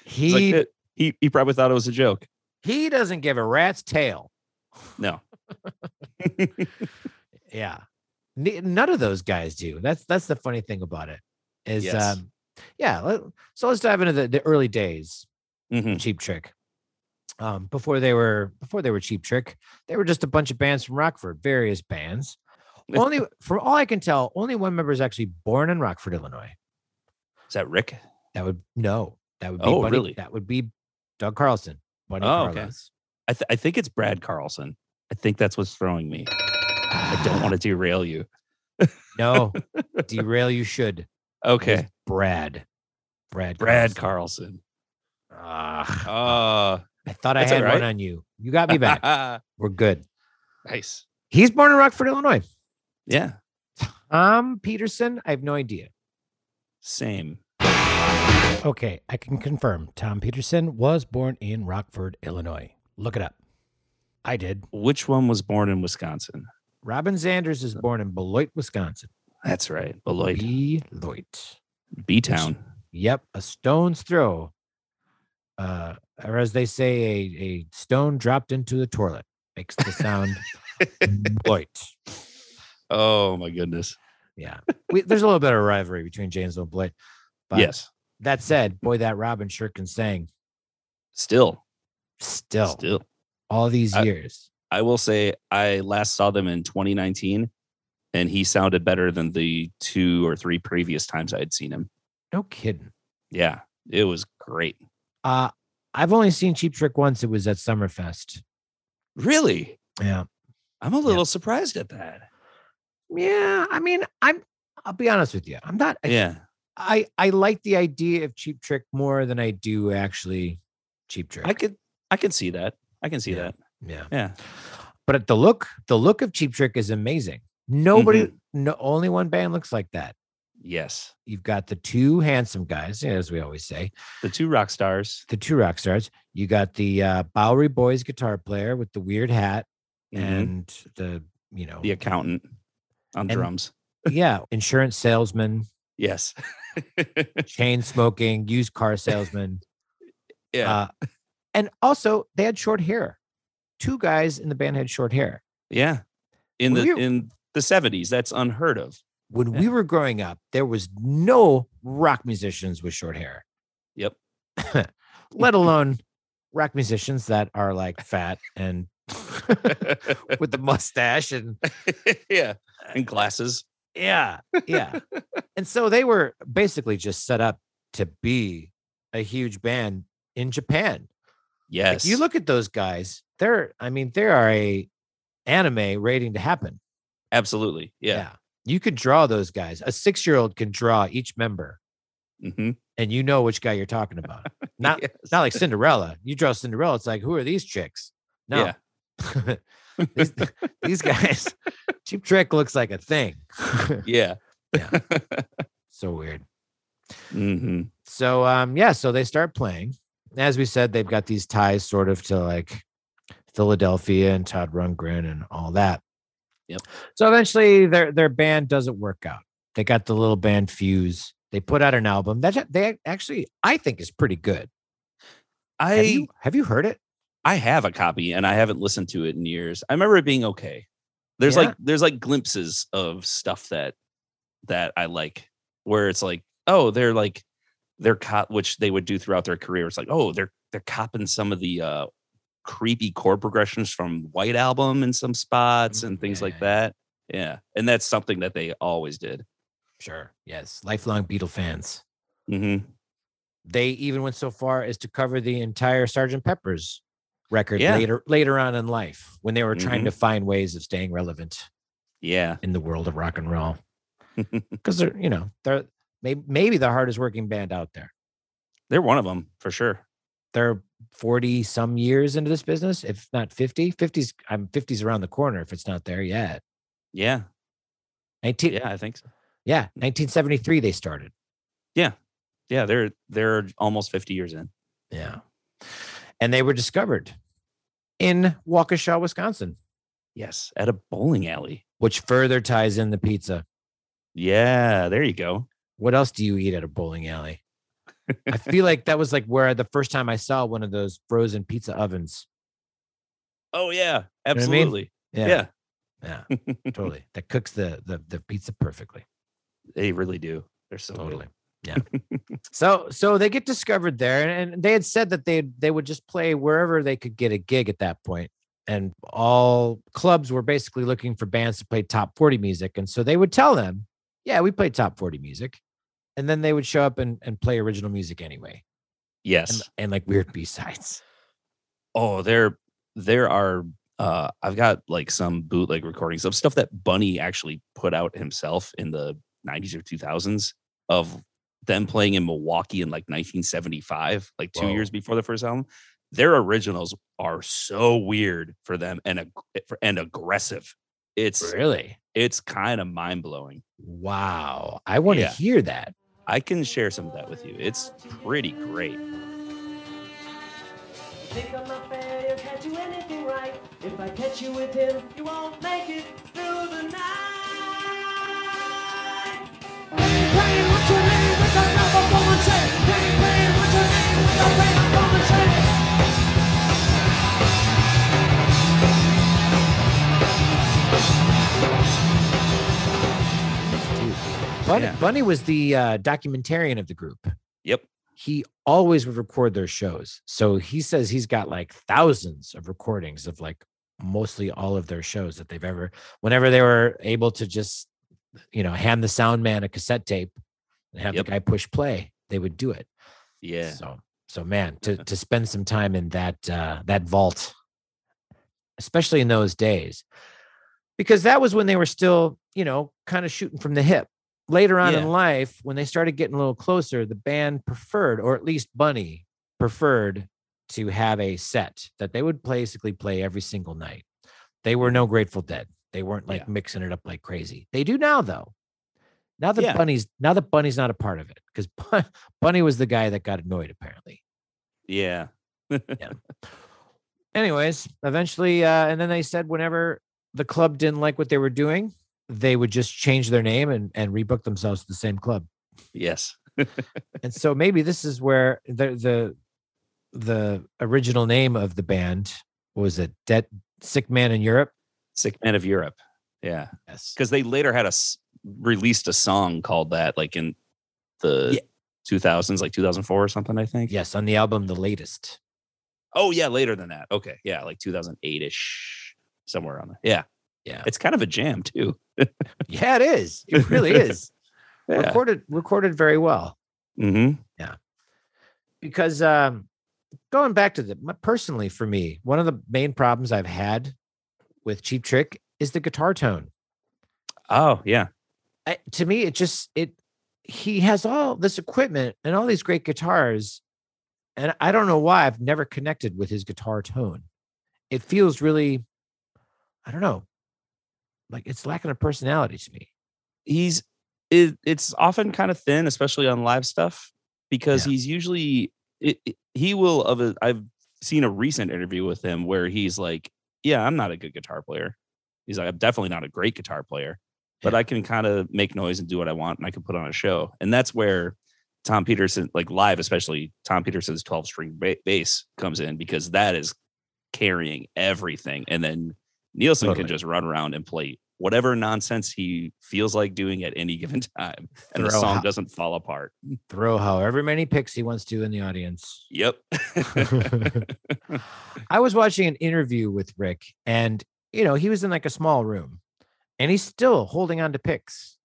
He "Eh." he he probably thought it was a joke. he doesn't give a rat's tail. No. Yeah. Ne- None of those guys do. That's that's the funny thing about it. Is Yes. um yeah, let- so let's dive into the, the early days Mhm. Cheap Trick. Um, before they were before they were Cheap Trick, they were just a bunch of bands from Rockford, various bands. <laughs> Only from all I can tell, only one member is actually born in Rockford, Illinois. Is that Rick? That would no, that would be Oh, Buddy- really? that would be Doug Carlson, Bunny Oh, okay. Carlos. I, th- I think it's Brad Carlson. I think that's what's throwing me. I don't <sighs> want to derail you. <laughs> no derail you should. It was Okay. Brad. Brad Brad Carlson. Carlson. Ah, Oh, I thought I That's all had one right. on you. You got me back. <laughs> We're good. nice. He's born in Rockford, Illinois. Yeah. Um, Peterson, I have no idea. Same. Okay, I can confirm Tom Peterson was born in Rockford, Illinois. Look it up. I did. Which one was born in Wisconsin? Robin Sanders is born in Beloit, Wisconsin. That's right. Beloit. Beloit. B Town. Yep, a stone's throw. Uh, or as they say, a, a stone dropped into the toilet makes the <laughs> sound Beloit. Oh my goodness. Yeah. We, there's a little bit of rivalry between Janesville and Blade. But Yes. that said, boy, that Robin sure can sing Still. still, Still. all these I- years. I will say I last saw them in 2019 and he sounded better than the two or three previous times I had seen him. No kidding. Yeah. It was great. Uh, I've only seen Cheap Trick once. It was at Summerfest. Really? Yeah. I'm a little surprised at that. Yeah. I mean, I'm, I'll be honest with you. I'm not, I, yeah. I, I like the idea of Cheap Trick more than I do actually Cheap Trick. I could I can see that. I can see Yeah. that. yeah. Yeah. But the look, the look of Cheap Trick is amazing. Nobody, Mm-hmm. no, only one band looks like that. Yes. You've got the two handsome guys, as we always say, The two rock stars. the two rock stars. You got the uh, Bowery Boys guitar player with the weird hat Mhm. and the you know the accountant on And- drums. yeah insurance salesman, Yes. <laughs> chain smoking, used car salesman. <laughs> yeah. Uh, and also they had short hair. Two guys in the band had short hair. yeah. In the we're- in the 70s, that's unheard of. When Yeah. we were growing up, there was no rock musicians with short hair, <laughs> Yep. <laughs> let alone rock musicians that are like fat <laughs> and with the mustache and yeah. And glasses. Yeah, yeah. and so they were basically just set up to be a huge band in Japan. Yes. You look at those guys; they're, I mean, they are a anime waiting to happen. absolutely. Yeah. you could draw those guys. A six-year-old can draw each member, hmm and you know which guy you're talking about. <laughs> Not, not like Cinderella. You draw Cinderella, it's like, who are these chicks? No, <laughs> these, <laughs> these guys. Cheap Trick looks like a thing. Yeah. so weird. hmm So um yeah, so they start playing. As we said, they've got these ties sort of to like Philadelphia and Todd Rundgren and all that. Yep. So eventually their their band doesn't work out. They got the little band Fuse. They put out an album that they actually I think is pretty good. I Have you have you heard it? I have a copy and I haven't listened to it in years. I remember it being okay. There's Yeah. like there's like glimpses of stuff that that I like where it's like, oh, they're like they're cop which they would do throughout their career. It's like, oh, they're they're copping some of the uh creepy chord progressions from White Album in some spots Mm, and things yeah, like yeah, that. Yeah. And that's something that they always did. Sure. Yes. Lifelong Beatle fans. hmm They even went so far as to cover the entire Sgt. Pepper's record Yeah. Mm-hmm. later later on in life when they were trying to find ways of staying relevant. Yeah. in the world of rock and roll because they're you know they're maybe, maybe the hardest working band out there They're one of them for sure. they're 40 some years into this business if not 50 50s i'm 50s around the corner if it's not there yet Yeah. 19 yeah, Yeah, I think so. 1973 they started Yeah, they're they're almost 50 years in. yeah and they were discovered in waukesha wisconsin Yes, at a bowling alley. which further ties in the pizza Yeah, there you go. what else do you eat at a bowling alley i feel like that was like where the first time i saw one of those frozen pizza ovens Oh yeah, I mean? absolutely. Yeah, <laughs> yeah. totally that cooks the the, the pizza perfectly they really do. They're so good. totally <laughs> yeah so so they get discovered there and, and they had said that they they would just play wherever they could get a gig at that point and all clubs were basically looking for bands to play top 40 music and so they would tell them yeah we play top 40 music and then they would show up and, and play original music anyway Yes. and, and like weird b-sides oh, there there are. Uh, I've got like some bootleg recordings of stuff that Bunny actually put out himself in the 90s or 2000s of them playing in Milwaukee in like 1975, like two Whoa. years before the first album. Their originals are so weird for them and ag- and aggressive. It's really it's kind of mind blowing. wow i want to Yeah. hear that I can share some of that with you. It's pretty great. Think I'm not fair, you can't do anything right. If I catch you with him, you won't make it through the night. Playing with your name with another woman's head. Playing, playing with your name with another woman's head. bunny, Yeah. bunny was the uh, documentarian of the group Yep. he always would record their shows. So he says he's got like thousands of recordings of like mostly all of their shows that they've ever, whenever they were able to just, you know, hand the sound man a cassette tape and have Yep. the guy push play, they would do it. Yeah. So, so man, to, <laughs> to spend some time in that, uh, that vault, especially in those days, because that was when they were still, you know, kind of shooting from the hip. Later on Yeah. in life, when they started getting a little closer, the band preferred, or at least Bunny preferred, to have a set that they would basically play every single night. They were no Grateful Dead. They weren't like Yeah. mixing it up like crazy. They do now though. Now that Yeah. Bunny's now that Bunny's not a part of it because Bunny was the guy that got annoyed apparently. Yeah. anyways, eventually, uh, and then they said whenever the club didn't like what they were doing, they would just change their name and, and rebook themselves to the same club. Yes. And so maybe this is where the the the original name of the band what was it Dead Sick Man in Europe. Sick Man of Europe. Yeah. Yes. Because they later had a s- released a song called that like in the Yeah. 2000s, like 2004 or something, I think. Yes, on the album The Latest. Oh, yeah, later than that. Okay. Yeah, like 2008 ish, somewhere on there. Yeah. Yeah. It's kind of a jam, too. Yeah, it is. It really is. Yeah. Recorded recorded very well. hmm because um, going back to the my- personally for me, one of the main problems I've had with Cheap Trick is the guitar tone. Oh, yeah. I, to me, it just it he has all this equipment and all these great guitars, and I don't know why I've never connected with his guitar tone. It feels really, I don't know, like it's lacking a personality to me. he's it, it's often kind of thin, especially on live stuff, because he's usually it, it- he will of a, I've seen a recent interview with him where he's like, "Yeah, I'm not a good guitar player." He's like, "I'm definitely not a great guitar player, but Yeah. I can kind of make noise and do what I want, and I can put on a show." And that's where Tom Peterson, like live, especially Tom Peterson's 12 string ba- bass comes in because that is carrying everything, and then Nielsen Totally. can just run around and play whatever nonsense he feels like doing at any given <laughs> time, and the Throw song ho- doesn't fall apart. Throw however many picks he wants to in the audience. Yep. <laughs> <laughs> I was watching an interview with Rick, and you know, he was in like a small room and he's still holding on to picks.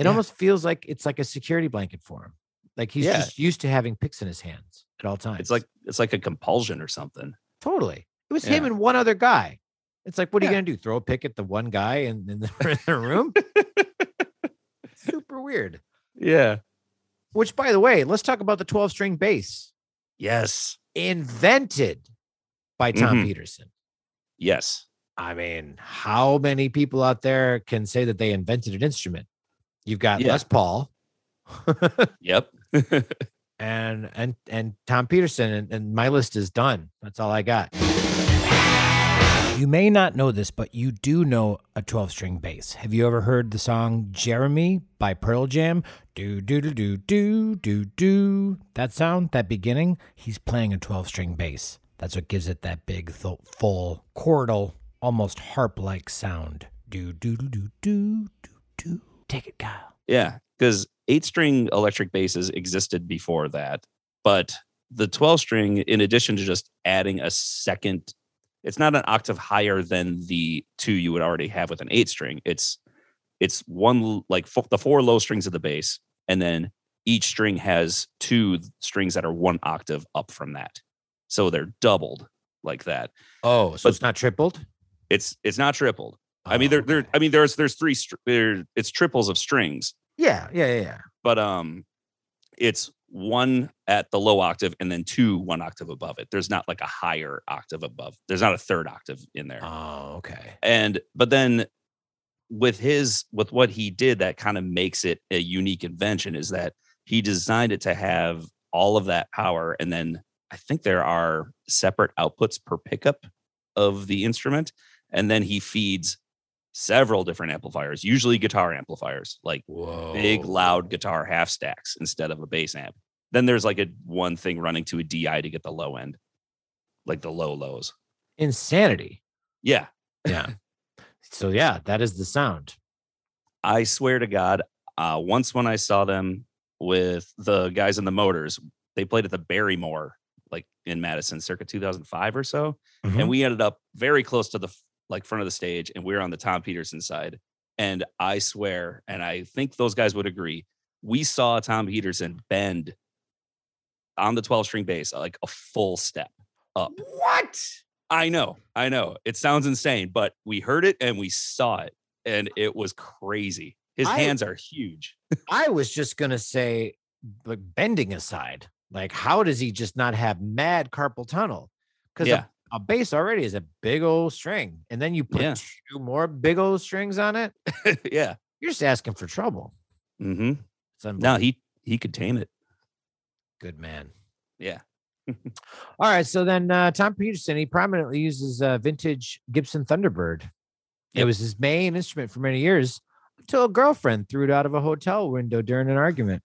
It Yeah. almost feels like it's like a security blanket for him. Like he's Yeah. just used to having picks in his hands at all times. it's like it's like a compulsion or something. totally. It was him Yeah. and one other guy. It's like, what are you Yeah. gonna do? Throw a pick at the one guy in, in, the, <laughs> in the <laughs> room? Super weird. Yeah. Which, by the way, let's talk about the 12 string bass Yes. invented by Tom Mhm. Peterson. Yes. I mean, how many people out there can say that they invented an instrument? You've got Yeah. Les Paul Yep. and and and Tom Peterson, and, and my list is done. That's all I got. You may not know this, but you do know a 12 string bass. Have you ever heard the song Jeremy by Pearl Jam? Do, do, do, do, do, do, do. That sound, that beginning, he's playing a 12 string bass. That's what gives it that big, th- full, chordal, almost harp like sound. Do, do, do, do, do, do, do. Take it, Kyle. Yeah, because eight string electric basses existed before that, but the 12 string, in addition to just adding a second, it's not an octave higher than the two you would already have with an eight string. It's it's one l- like fo- the four low strings of the bass, and then each string has two strings that are one octave up from that, so they're doubled like that. Oh, so But- it's not tripled? It's it's not tripled. I mean, Oh, there there. okay. I mean, there's there's three. Str- there, it's triples of strings, Yeah, yeah, yeah, yeah. but um it's one at the low octave and then two one octave above it there's not like a higher octave above there's not a third octave in there Oh, okay. and but then with his with what he did that kind of makes it a unique invention is that he designed it to have all of that power and then i think there are separate outputs per pickup of the instrument and then he feeds several different amplifiers usually guitar amplifiers like Whoa. big loud guitar half stacks instead of a bass amp. Then there's like a one thing running to a DI to get the low end, like the low lows. insanity. Yeah, Yeah. <laughs> so yeah, that is the sound. I swear to God, uh, once when I saw them with the guys in the Motors, they played at the Barrymore, like in Madison, circa 2005 or so. Mm-hmm. and we ended up very close to the f- like front of the stage and we were on the tom peterson side and i swear and i think those guys would agree we saw tom peterson bend on the 12 string bass like a full step up what? i know i know it sounds insane but we heard it and we saw it and it was crazy his I- hands are huge I was just gonna say, like bending aside, like how does he just not have mad carpal tunnel? Because yeah a, a bass already is a big old string, and then you put Yeah. two more big old strings on it. <laughs> yeah You're just asking for trouble. mm-hmm. It's unbelievable. no he he could tame it Good man. Yeah. <laughs> All right. So then uh, Tom Peterson, he prominently uses uh, vintage Gibson Thunderbird. It Yep. was his main instrument for many years until a girlfriend threw it out of a hotel window during an argument.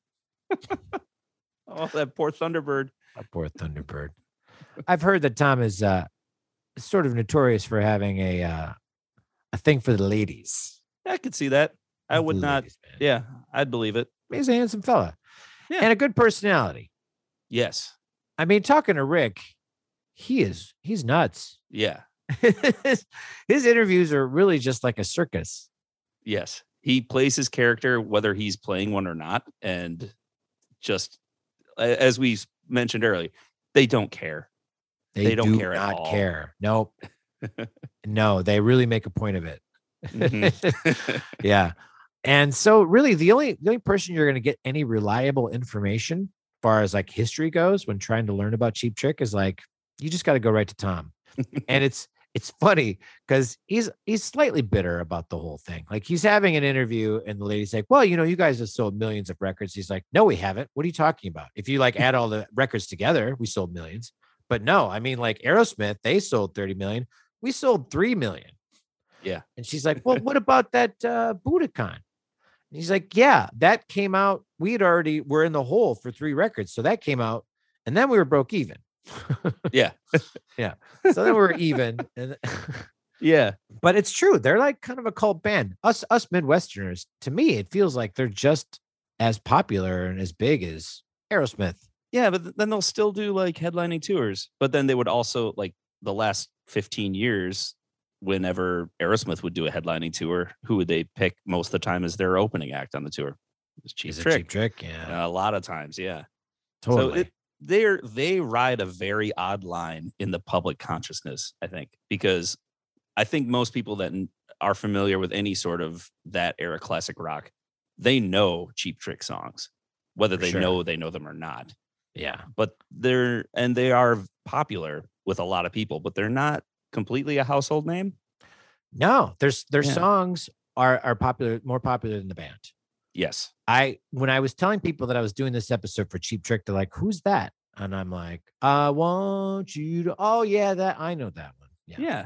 oh that poor thunderbird Oh, poor Thunderbird. I've heard that Tom is uh, sort of notorious for having a uh, a thing for the ladies. i could see that I would not. Ladies man. Yeah, I'd believe it. He's a handsome fella. Yeah. And a good personality. Yes. I mean, talking to Rick, he is he's nuts. Yeah. his, <laughs> his interviews are really just like a circus. Yes. He plays his character whether he's playing one or not, and just a- as we s- mentioned earlier, they don't care. <laughs> They, They don't do care at not all. care. <laughs> Nope. no, they really make a point of it. Mhm. Yeah. And so really the only the only person you're going to get any reliable information as far as like history goes when trying to learn about Cheap Trick is like you just got to go right to Tom. and it's it's funny cuz he's he's slightly bitter about the whole thing. Like he's having an interview and the lady's like, "Well, you know, you guys have sold millions of records." He's like, "No, we haven't. What are you talking about? If you like add all the records together, we sold millions. But no, I mean like Aerosmith, they sold 30 million. We sold 3 million. And she's like, "Well, what about that uh, Budokan?" And he's like, "Yeah, that came out. We had already were in the hole for three records, so that came out, and then we were broke even. Yeah. <laughs> yeah. So then we we're even. And, yeah. <laughs> but it's true. They're like kind of a cult band. Us us Midwesterners, to me, it feels like they're just as popular and as big as Aerosmith. Yeah, but th- then they'll still do like headlining tours. But then they would also like the last 15 years, whenever Aerosmith would do a headlining tour, who would they pick most of the time as their opening act on the tour? It was Cheap Is it Trick. Cheap Trick? Yeah, A lot of times, yeah. totally. So it, they're they ride a very odd line in the public consciousness, I think, because I think most people that n- are familiar with any sort of that era classic rock, they know Cheap Trick songs, whether For they sure. know they know them or not yeah, but they're and they are popular with a lot of people, but they're not completely a household name. no, there's their Yeah. songs are are popular, more popular than the band. Yes. I when I was telling people that I was doing this episode for Cheap Trick, they're like, "Who's that?" And I'm like, "I want you to." Oh yeah, that I know that one. Yeah. Yeah.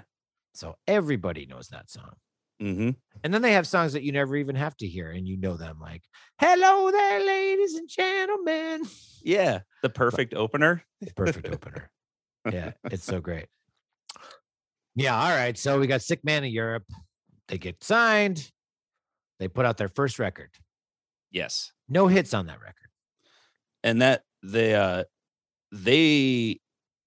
So everybody knows that song, hmm and then they have songs that you never even have to hear, and you know them, like "Hello there, ladies and gentlemen." Yeah. The perfect opener. Perfect opener. Yeah, it's so great. Yeah. All right. So we got Sick Man in Europe. They get signed. They put out their first record. Yes. No hits on that record. And that they uh they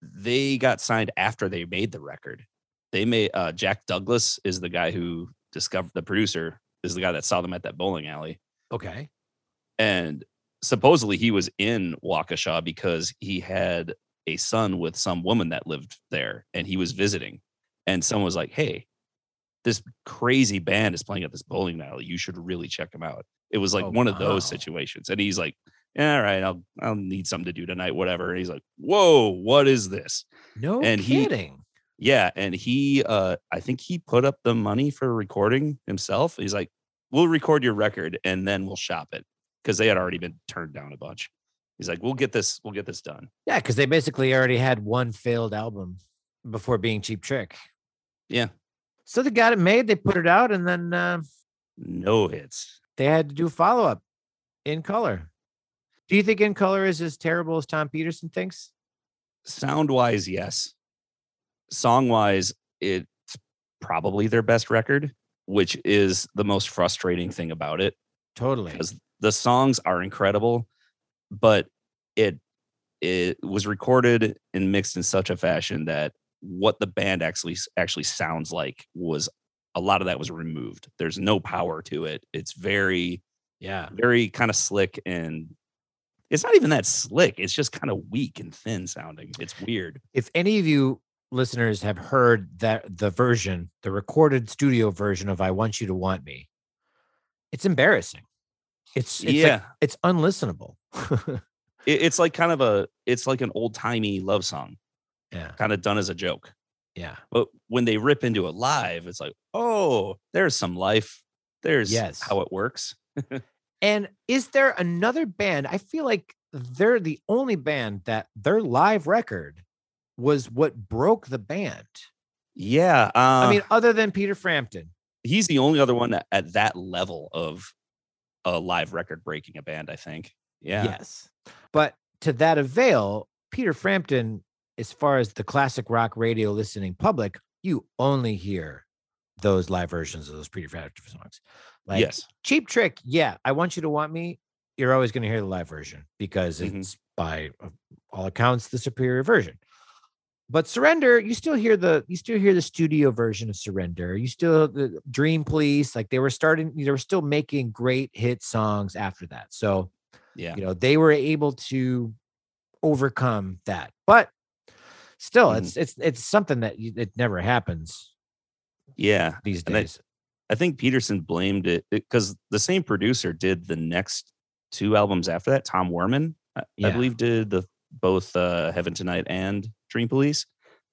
they got signed after they made the record. They made uh Jack Douglas is the guy who discovered the producer is the guy that saw them at that bowling alley. Okay. and supposedly he was in Waukesha because he had a son with some woman that lived there and he was visiting and someone was like hey this crazy band is playing at this bowling alley you should really check them out it was like Oh, one of those wow. situations and he's like all right i'll i'll need something to do tonight whatever and he's like whoa what is this No And he- kidding. yeah, and he uh I think he put up the money for recording himself. He's like, "We'll record your record and then we'll shop it." Cuz they had already been turned down a bunch. He's like, "We'll get this we'll get this done." Yeah, because they basically already had one failed album before being Cheap Trick. Yeah. So they got it made, they put it out, and then uh, No hits. they had to do follow up in color. Do you think In Color is as terrible as Tom Peterson thinks? Sound-wise, yes. Song-wise, it's probably their best record, which is the most frustrating thing about it. Totally. because the songs are incredible, but it it was recorded and mixed in such a fashion that what the band actually s- actually sounds like was a lot of that was removed. There's no power to it. It's very Yeah. very kind of slick and it's not even that slick. It's just kind of weak and thin sounding. It's weird. If any of you listeners have heard that the version, the recorded studio version of I Want You to Want Me, it's embarrassing. It's, it's yeah. yeah. it's unlistenable. It- it's like kind of a it's like an old-timey love song, yeah. kind of done as a joke. Yeah. But when they rip into it live, it's like, oh, there's some life. There's Yes. how it works. And is there another band? I feel like they're the only band that their live record was what broke the band. Yeah. Uh, I mean, other than Peter Frampton. he's the only other one that, at that level of a live record breaking a band, I think. Yeah. Yes. But to that avail, Peter Frampton, as far as the classic rock radio listening public, you only hear those live versions of those Peter Frampton songs. Like yes. Cheap Trick, yeah, I want you to want me. You're always going to hear the live version because Mhm. it's by uh, all accounts the superior version. But Surrender, you still hear the you still hear the studio version of Surrender. You still the Dream Police, like they were starting, they were still making great hit songs after that. So Yeah. you know they were able to overcome that but still Mhm. it's it's it's something that you, it never happens Yeah. these And I- days I think Peterson blamed it because the same producer did the next two albums after that. Tom Werman, I, I Yeah. believe, did the both uh, Heaven Tonight and Dream Police,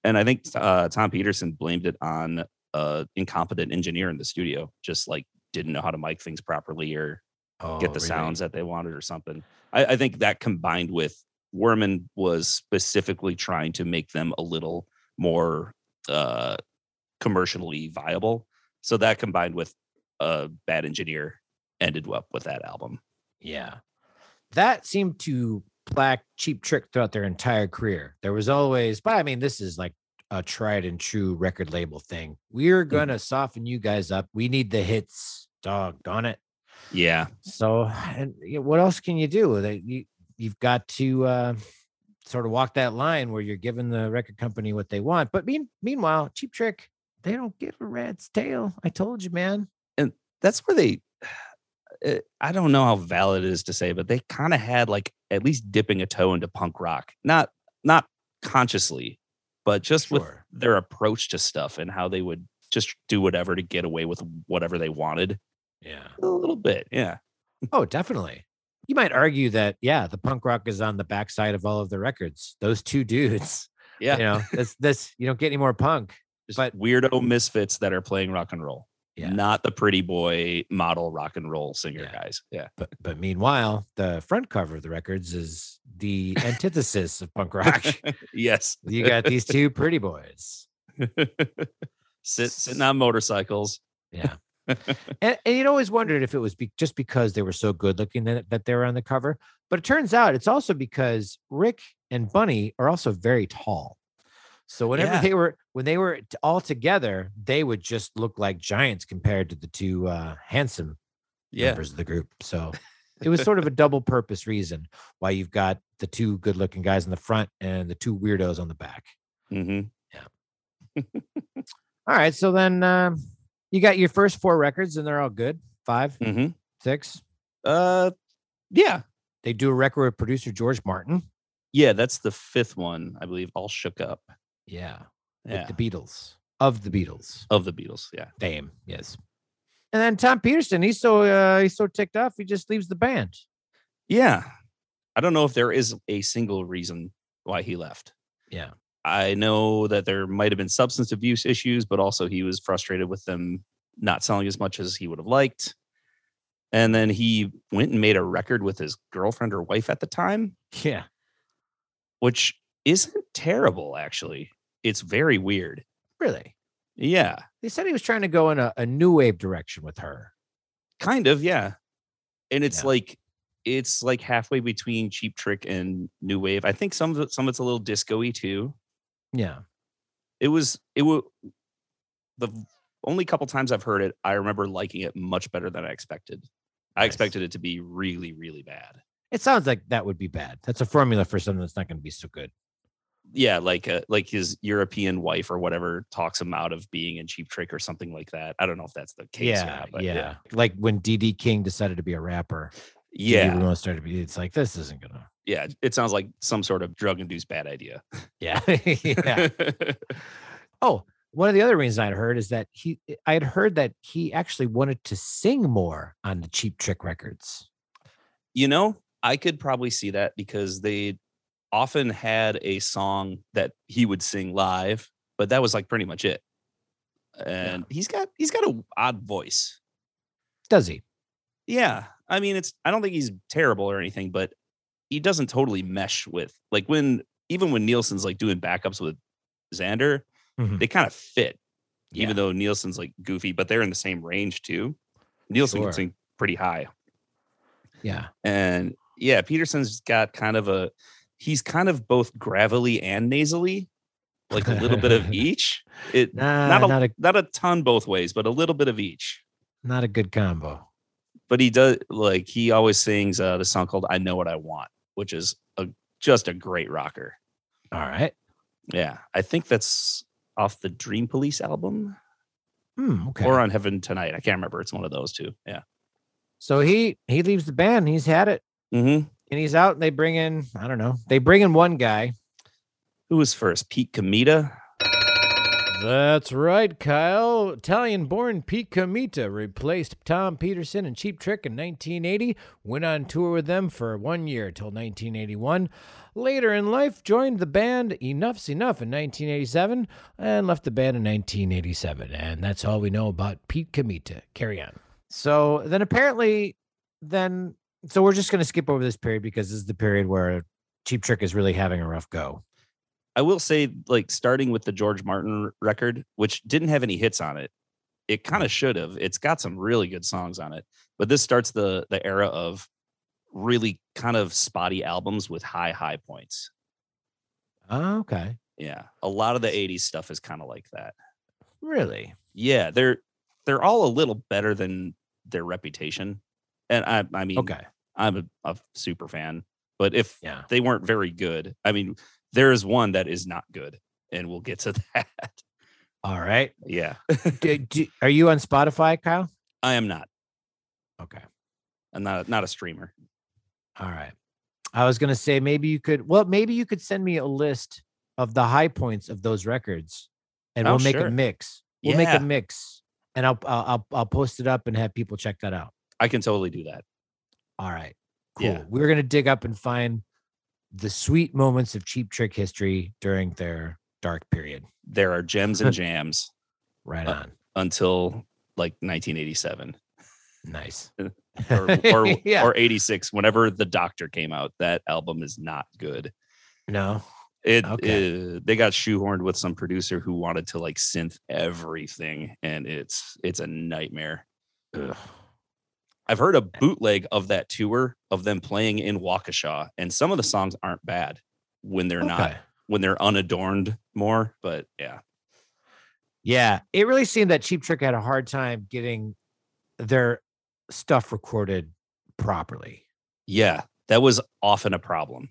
and I think uh, Tom Peterson blamed it on uh, incompetent engineer in the studio, just like didn't know how to mic things properly or oh, get the really? sounds that they wanted or something. I, I think that combined with Werman was specifically trying to make them a little more uh, commercially viable. So that combined with a bad engineer ended up with that album. yeah that seemed to black cheap trick throughout their entire career there was always but i mean this is like a tried and true record label thing we're gonna soften you guys up we need the hits doggone it Yeah. so and you know, what else can you do that you you've got to uh sort of walk that line where you're giving the record company what they want but mean meanwhile cheap trick they don't give a rat's tail i told you man That's where they, eh, I don't know how valid it is to say, but they kind of had like at least dipping a toe into punk rock. Not, not consciously, but just with Sure. their approach to stuff and how they would just do whatever to get away with whatever they wanted yeah a little bit yeah oh definitely you might argue that yeah the punk rock is on the backside of all of the records those two <laughs> dudes yeah you know that's this you don't get any more punk just but- weirdo misfits that are playing rock and roll Yeah. not the pretty boy model rock and roll singer Yeah. guys yeah but but meanwhile the front cover of the records is the antithesis of punk rock yes you got these two pretty boys Sit, sitting on motorcycles <laughs> Yeah. and, and you'd always wondered if it was be- just because they were so good looking that, that they were on the cover. But it turns out it's also because Rick and Bunny are also very tall. So whenever Yeah. they were when they were t- all together, they would just look like giants compared to the two uh, handsome yeah members of the group. So it was <laughs> sort of a double purpose reason why you've got the two good looking guys in the front and the two weirdos on the back. hmm All right, so then um, you got your first four records and they're all good. Five, hmm six, uh yeah They do a record with producer George Martin. yeah that's the fifth one i believe all shook up Yeah. yeah With the Beatles. Of the Beatles. of the beatles yeah Damn. Yes. And then Tom Peterson, he's so uh, he's so ticked off, he just leaves the band. yeah i don't know if there is a single reason why he left Yeah. I know that there might have been substance abuse issues, but also he was frustrated with them not selling as much as he would have liked. And then he went and made a record with his girlfriend or wife at the time, Yeah. which isn't terrible, actually. It's very weird. Really? Yeah, They said he was trying to go in a, a new wave direction with her. kind of. Yeah. And it's Yeah. like, it's like halfway between Cheap Trick and New Wave. I think some of it, some of it's a little disco y too. Yeah. it was it was the v- only couple times I've heard it, I remember liking it much better than I expected. I Nice. expected it to be really, really bad. It sounds like that would be bad. That's a formula for something that's not going to be so good. Yeah, like uh, like his European wife or whatever talks him out of being in Cheap Trick or something like that. I don't know if that's the case. or not, but yeah, Like when DD King decided to be a rapper. yeah, Everyone started to be, it's like, this isn't going to. yeah. It sounds like some sort of drug-induced bad idea. Yeah. <laughs> yeah. <laughs> Oh, one of the other reasons I'd heard is that he, I had heard that he actually wanted to sing more on the Cheap Trick records. you know, I could probably see that because they often had a song that he would sing live, but that was like pretty much it. And he's got he's got a odd voice. Does he? Yeah. I mean, it's I don't think he's terrible or anything, but he doesn't totally mesh with like when even when Nielsen's like doing backups with Xander, Mhm. they kind of fit, Yeah. even though Nielsen's like goofy, but they're in the same range too. Nielsen Sure. can sing pretty high. Yeah. And yeah, Peterson's got kind of a he's kind of both gravelly and nasally, like a little bit of each. It Nah, not a not a not a ton both ways, but a little bit of each. not a good combo. But he does like he always sings uh, the song called "I Know What I Want," which is a just a great rocker. All right. Yeah, I think that's off the Dream Police album Hmm, okay. or on Heaven Tonight. I can't remember. It's one of those two. Yeah. So he he leaves the band. He's had it, Mm-hmm. and he's out. And they bring in I don't know. They bring in one guy. Who was first? Pete Comita. That's right, Kyle. Italian-born Pete Comita replaced Tom Peterson and Cheap Trick in 1980. Went on tour with them for one year till 1981. Later in life, joined the band Enough's Enough in 1987, and left the band in 1987. And that's all we know about Pete Comita. Carry on. So then, apparently, then so we're just going to skip over this period because this is the period where Cheap Trick is really having a rough go. I will say, like starting with the George Martin r- record, which didn't have any hits on it, it kind of should have. It's got some really good songs on it, but this starts the the era of really kind of spotty albums with high high points. Oh, okay, Yeah, a lot of the '80s stuff is kind of like that. really. Yeah, they're they're all a little better than their reputation, and I I mean Okay. I'm a, a super fan, but if Yeah. they weren't very good, I mean there is one that is not good, and we'll get to <laughs> that. All right. yeah, <laughs> D- d- are you on Spotify, Kyle? I am not. Okay. I'm not a, not a streamer. All right. I was gonna say maybe you could. Well, maybe you could send me a list of the high points of those records, and Oh, we'll make sure. a mix. We'll make Yeah. a mix, and I'll, I'll I'll I'll post it up and have people check that out. I can totally do that. All right. Cool. Yeah. We're gonna dig up and find the sweet moments of Cheap Trick history during their dark period. There are <laughs> gems and jams Right Uh, on. until like 1987 Nice. uh, or or, <laughs> Yeah. or 86 whenever the doctor came out that album is not good No. it, Okay. uh, they got shoehorned with some producer who wanted to like synth everything and it's it's a nightmare Ugh. Eh. i've heard a bootleg of that tour of them playing in waukesha and some of the songs aren't bad when they're not Okay. when they're unadorned more but yeah Yeah, it really seemed that Cheap Trick had a hard time getting their stuff recorded properly. yeah that was often a problem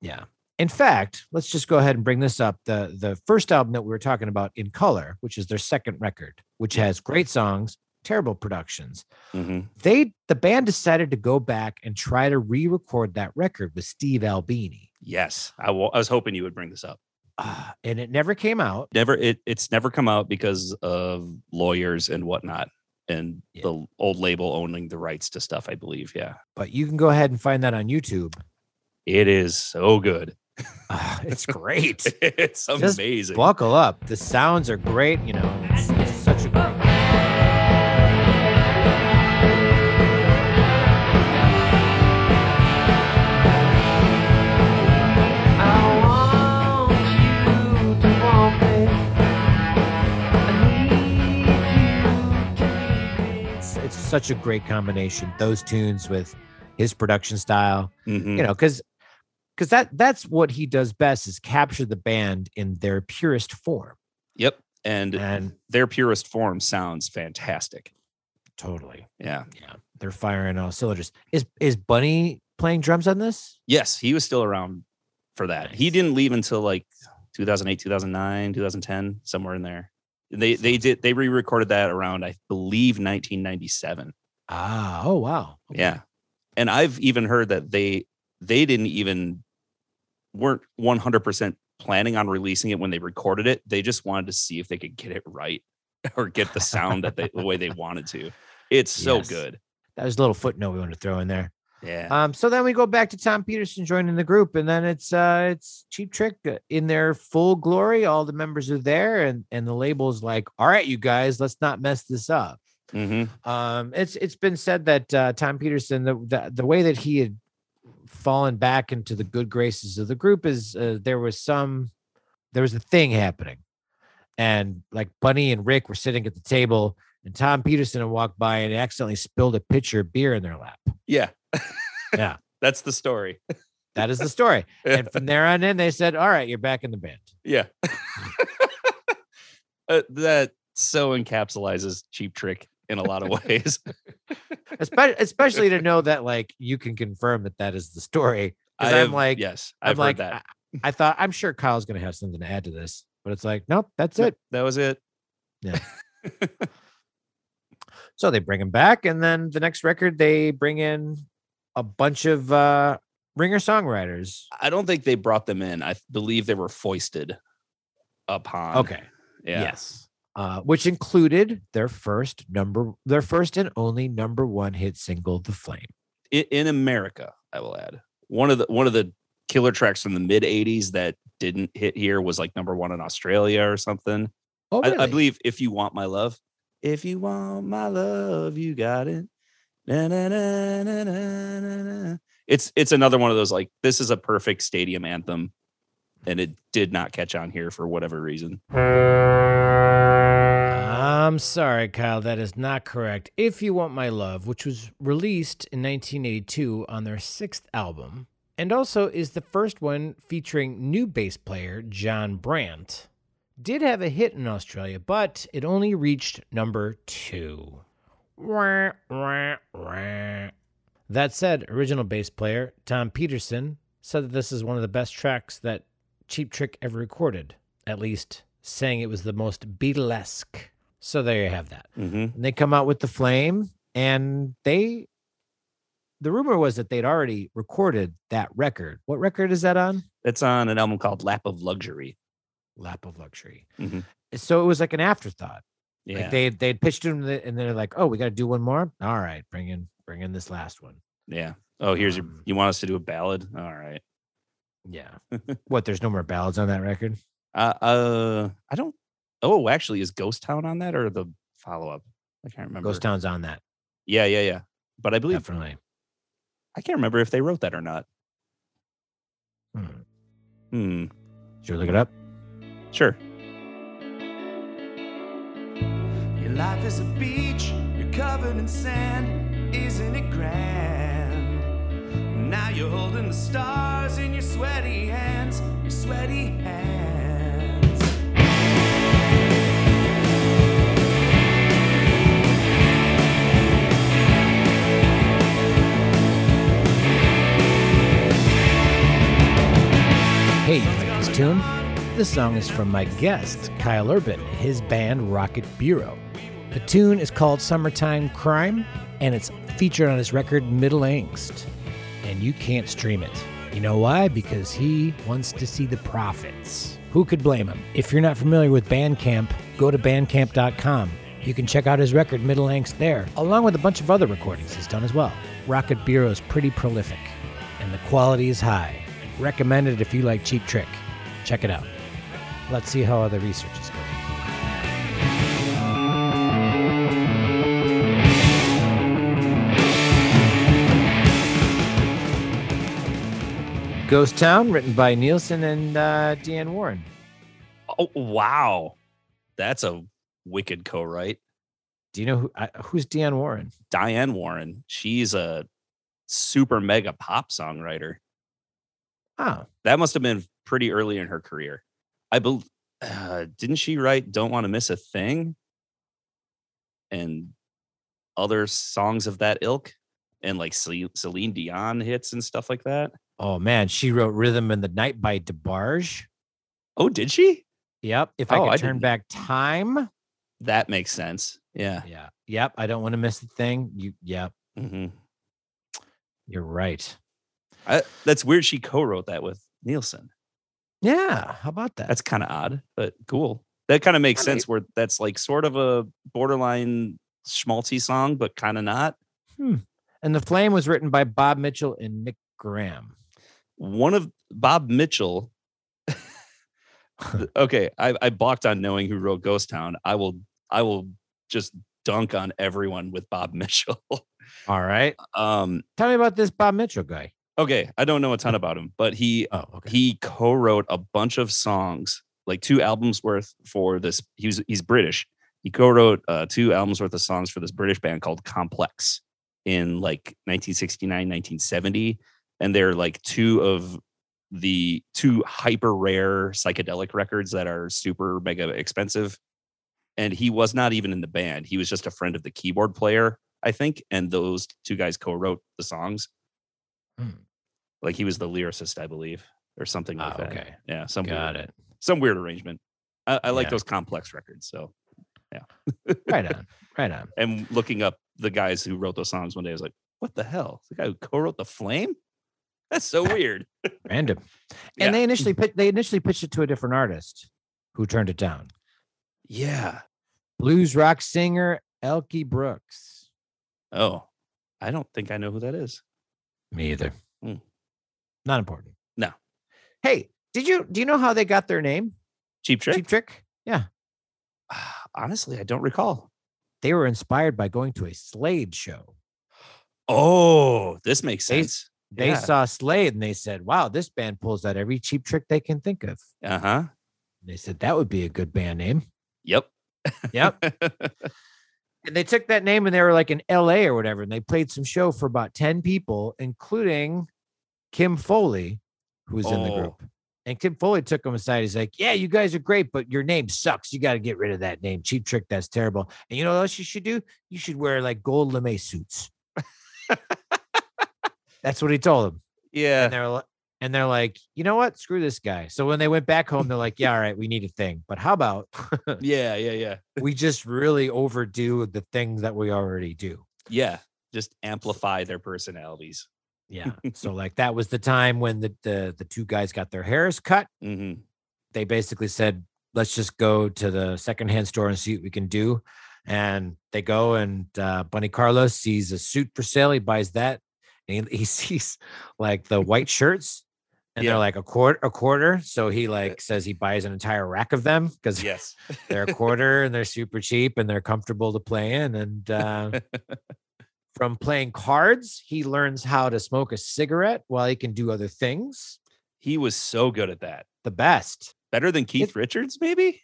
Yeah. In fact, let's just go ahead and bring this up. The the first album that we were talking about in color, which is their second record, which has great songs, terrible productions. hmm They the band decided to go back and try to re-record that record with Steve Albini. Yes, I wa- I was hoping you would bring this up. Ah, and it never came out. Never, it, it's never come out because of lawyers and whatnot, and Yeah. the old label owning the rights to stuff. I believe, yeah, But you can go ahead and find that on YouTube. it is so good. <laughs> Ah, it's great. it's Just amazing. Buckle up. The sounds are great, you know. It's such a great it's such a great combination those tunes with his production style Mhm. you know because because that that's what he does best is capture the band in their purest form Yep, and and their purest form sounds fantastic. totally Yeah. yeah they're firing all cylinders is is bunny playing drums on this Yes, he was still around for that. He Nice. didn't leave until like 2008, 2009, 2010, somewhere in there. They they did they re-recorded that around I believe 1997. ah oh wow Yeah. And I've even heard that they they didn't even weren't 100% planning on releasing it when they recorded it. They just wanted to see if they could get it right <laughs> or get the sound that they the way they wanted to. It's so Yes. good. that was a little footnote we wanted to throw in there Yeah. um so then we go back to tom peterson joining the group and then it's uh it's cheap trick uh, in their full glory all the members are there and and the label's like all right you guys let's not mess this up Mhm. Um, it's it's been said that uh, Tom Peterson, the, the the way that he had fallen back into the good graces of the group is uh, there was some there was a thing happening, and like Bunny and Rick were sitting at the table, and Tom Peterson had walked by and accidentally spilled a pitcher of beer in their lap. Yeah. <laughs> Yeah. That's the story. That is the story. Yeah. <laughs> And from there on in, they said, "All right, you're back in the band." Yeah. <laughs> Uh, that so encapsulizes Cheap Trick in a lot <laughs> of ways. especially, especially to know that like you can confirm that that is the story. 'Cause I'm have- like- yes, I'm I've like, heard that. I thought I'm sure Kyle's gonna have something to add to this, but it's like, nope, that's Yep, it. That was it. So they bring him back, and then the next record they bring in a bunch of uh ringer songwriters. <laughs> I don't think they brought them in. I believe they were foisted upon. Okay. Yeah. Yes. Uh, which included their first number, their first and only number one hit single, "The Flame." I- In America, I will add one of the one of the killer tracks from the mid '80s that didn't hit here was like number one in Australia or something. Oh, I, I believe if you want my love, if you want my love, you got it. Na, na, na, na, na, na, na. It's it's another one of those like this is a perfect stadium anthem, and it did not catch on here for whatever reason. I'm sorry, Kyle, that is not correct. If You Want My Love, which was released in 1982 on their sixth album, and also is the first one featuring new bass player John Brandt, did have a hit in Australia, but it only reached number two. Wah, wah, wah. That said, original bass player Tom Peterson said that this is one of the best tracks that Cheap Trick ever recorded, at least saying it was the most Beatlesque. So there you have that. Mm-hmm. and they come out with the flame and they the rumor was that they'd already recorded that record what record is that on It's on an album called Lap of Luxury. lap of luxury Mhm. so it was like an afterthought Yeah. like they they'd pitched him the, and they're like oh we got to do one more all right bring in bring in this last one yeah. Oh, here's your. Um, You want us to do a ballad? All right. yeah what there's no more ballads on that record Uh, uh I don't. Oh, actually, is Ghost Town on that or the follow up? I can't remember. ghost town's on that Yeah, yeah, yeah. But I believe definitely I can't remember if they wrote that or not. Hmm. Hmm. should we look it up Sure. Your life is a beach, you're covered in sand, isn't it grand? Now you're holding the stars in your sweaty hands, your sweaty hands. Hey, you like this tune? This song is from my guest, Kyle Urban, and his band Rocket Bureau. The tune is called Summertime Crime, and it's featured on his record Middle Angst. And you can't stream it. You know why? Because he wants to see the profits. Who could blame him? If you're not familiar with Bandcamp, go to bandcamp.com. You can check out his record Middle Angst there, along with a bunch of other recordings he's done as well. Rocket Bureau is pretty prolific, and the quality is high. Recommended if you like Cheap Trick. Check it out. Let's see how other research is going. ghost town written by nielsen and uh deanne warren Oh wow, that's a wicked co-write. do you know who I, who's deanne warren Diane Warren. She's a super mega pop songwriter. Ah. oh That must have been pretty early in her career. I believe. Uh, didn't she write "Don't Want to Miss a Thing" and other songs of that ilk, and like Cel- Celine Dion hits and stuff like that? oh man she wrote rhythm in the night by debarge Oh, did she? Yep. If Oh, I could I turn didn't- back time. That makes sense. Yeah. Yeah. Yep. I don't want to miss a thing. You. Yep. hmm You're right. I, that's weird. She co-wrote that with Nielsen. Yeah. How about that? That's kind of odd, but cool. That kind of makes sense. Where that's like sort of a borderline schmaltzy song, but kind of not. and the flame was written by Bob Mitchell and Nick Graham. One of Bob Mitchell. okay, I, I balked on knowing who wrote Ghost Town. I will. I will just dunk on everyone with Bob <laughs> Mitchell. All right. um. Uh, Tell me about this Bob Mitchell guy. Okay, I don't know a ton about him, but he Oh, okay. he co-wrote a bunch of songs, like two albums worth for this. He was he's British. He co-wrote uh, two albums worth of songs for this British band called Complex in like 1969, 1970, and they're like two of the two hyper rare psychedelic records that are super mega expensive. And he was not even in the band. He was just a friend of the keyboard player, I think. And those two guys co wrote the songs. Hmm. Like he was the lyricist, I believe, or something like Ah, that. okay. Yeah. Some Got weird, <laughs> it. some weird arrangement. I, I like Yeah. those complex records. So, Right on. Right on. and looking up the guys who wrote those songs one day, I was like, what the hell? The guy who co wrote The Flame? That's <laughs> so weird. Random. Yeah. And they initially pit- they initially pitched it to a different artist who turned it down. yeah. Blues rock singer Elkie Brooks. Oh, I don't think I know who that is. Me either. Hmm. Mm. Not important. No. Hey, did you do you know how they got their name? Cheap Trick? Cheap <sighs> Trick? Yeah. Honestly, I don't recall. They were inspired by going to a Slade show. Oh, this makes They- sense. They saw Slade and they said, "Wow, this band pulls out every cheap trick they can think of." Uh huh. They said that would be a good band name. Yep. Yep. And they took that name and they were like in LA or whatever. And they played some show for about 10 people, including Kim Foley, who was in the Oh. group. And Kim Foley took him aside. He's like, Yeah, you guys are great, but your name sucks. You got to get rid of that name. Cheap trick. That's terrible. And you know what else you should do? You should wear like gold lame suits. that's what he told them. <laughs> yeah. And they're like, and they're like, you know what? Screw this guy. So when they went back home, they're like, yeah, all right, we need a thing. But how about Yeah. Yeah. Yeah. we just really overdo the things that we already do. Yeah. Just amplify their personalities. Yeah. so like that was the time when the, the the two guys got their hairs cut. <laughs> Mm-hmm. They basically said, "Let's just go to the secondhand store and see what we can do." And they go and uh, Bunny Carlos sees a suit for sale. He buys that, and he, <laughs> he sees like the white shirts, and Yeah. they're like a quarter, a quarter. So he like says he buys an entire rack of them because Yes. they're a quarter and they're super cheap and they're comfortable to play in. And <laughs> uh, from playing cards, he learns how to smoke a cigarette while he can do other things. He was so good at that. The best. Better than Keith It- Oh, Richards, maybe?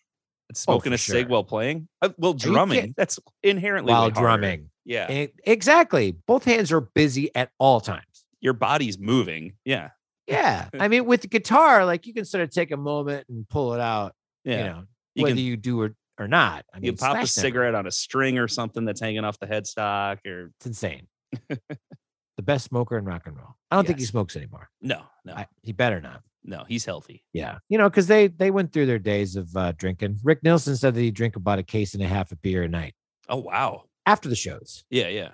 At smoking for a sure. cig while playing? Uh, well, kid- drumming. That's inherently while way harder. drumming. Yeah. E- Exactly. Both hands are busy at all times. Your body's moving. Yeah. <laughs> Yeah. I mean, with the guitar, like you can sort of take a moment and pull it out, Yeah. you know, You whether can you do or, or not. I you mean, pop a Slash never- cigarette on a string or something that's hanging off the headstock or It's <laughs> insane. the best smoker in rock and roll. I don't think he Yes. smokes anymore. no, no, I, he better not. no. He's healthy. Yeah, you know, because they they went through their days of uh, drinking. Rick Nielsen said that he drink about a case and a half of beer a night Oh wow. after the shows, Yeah, yeah.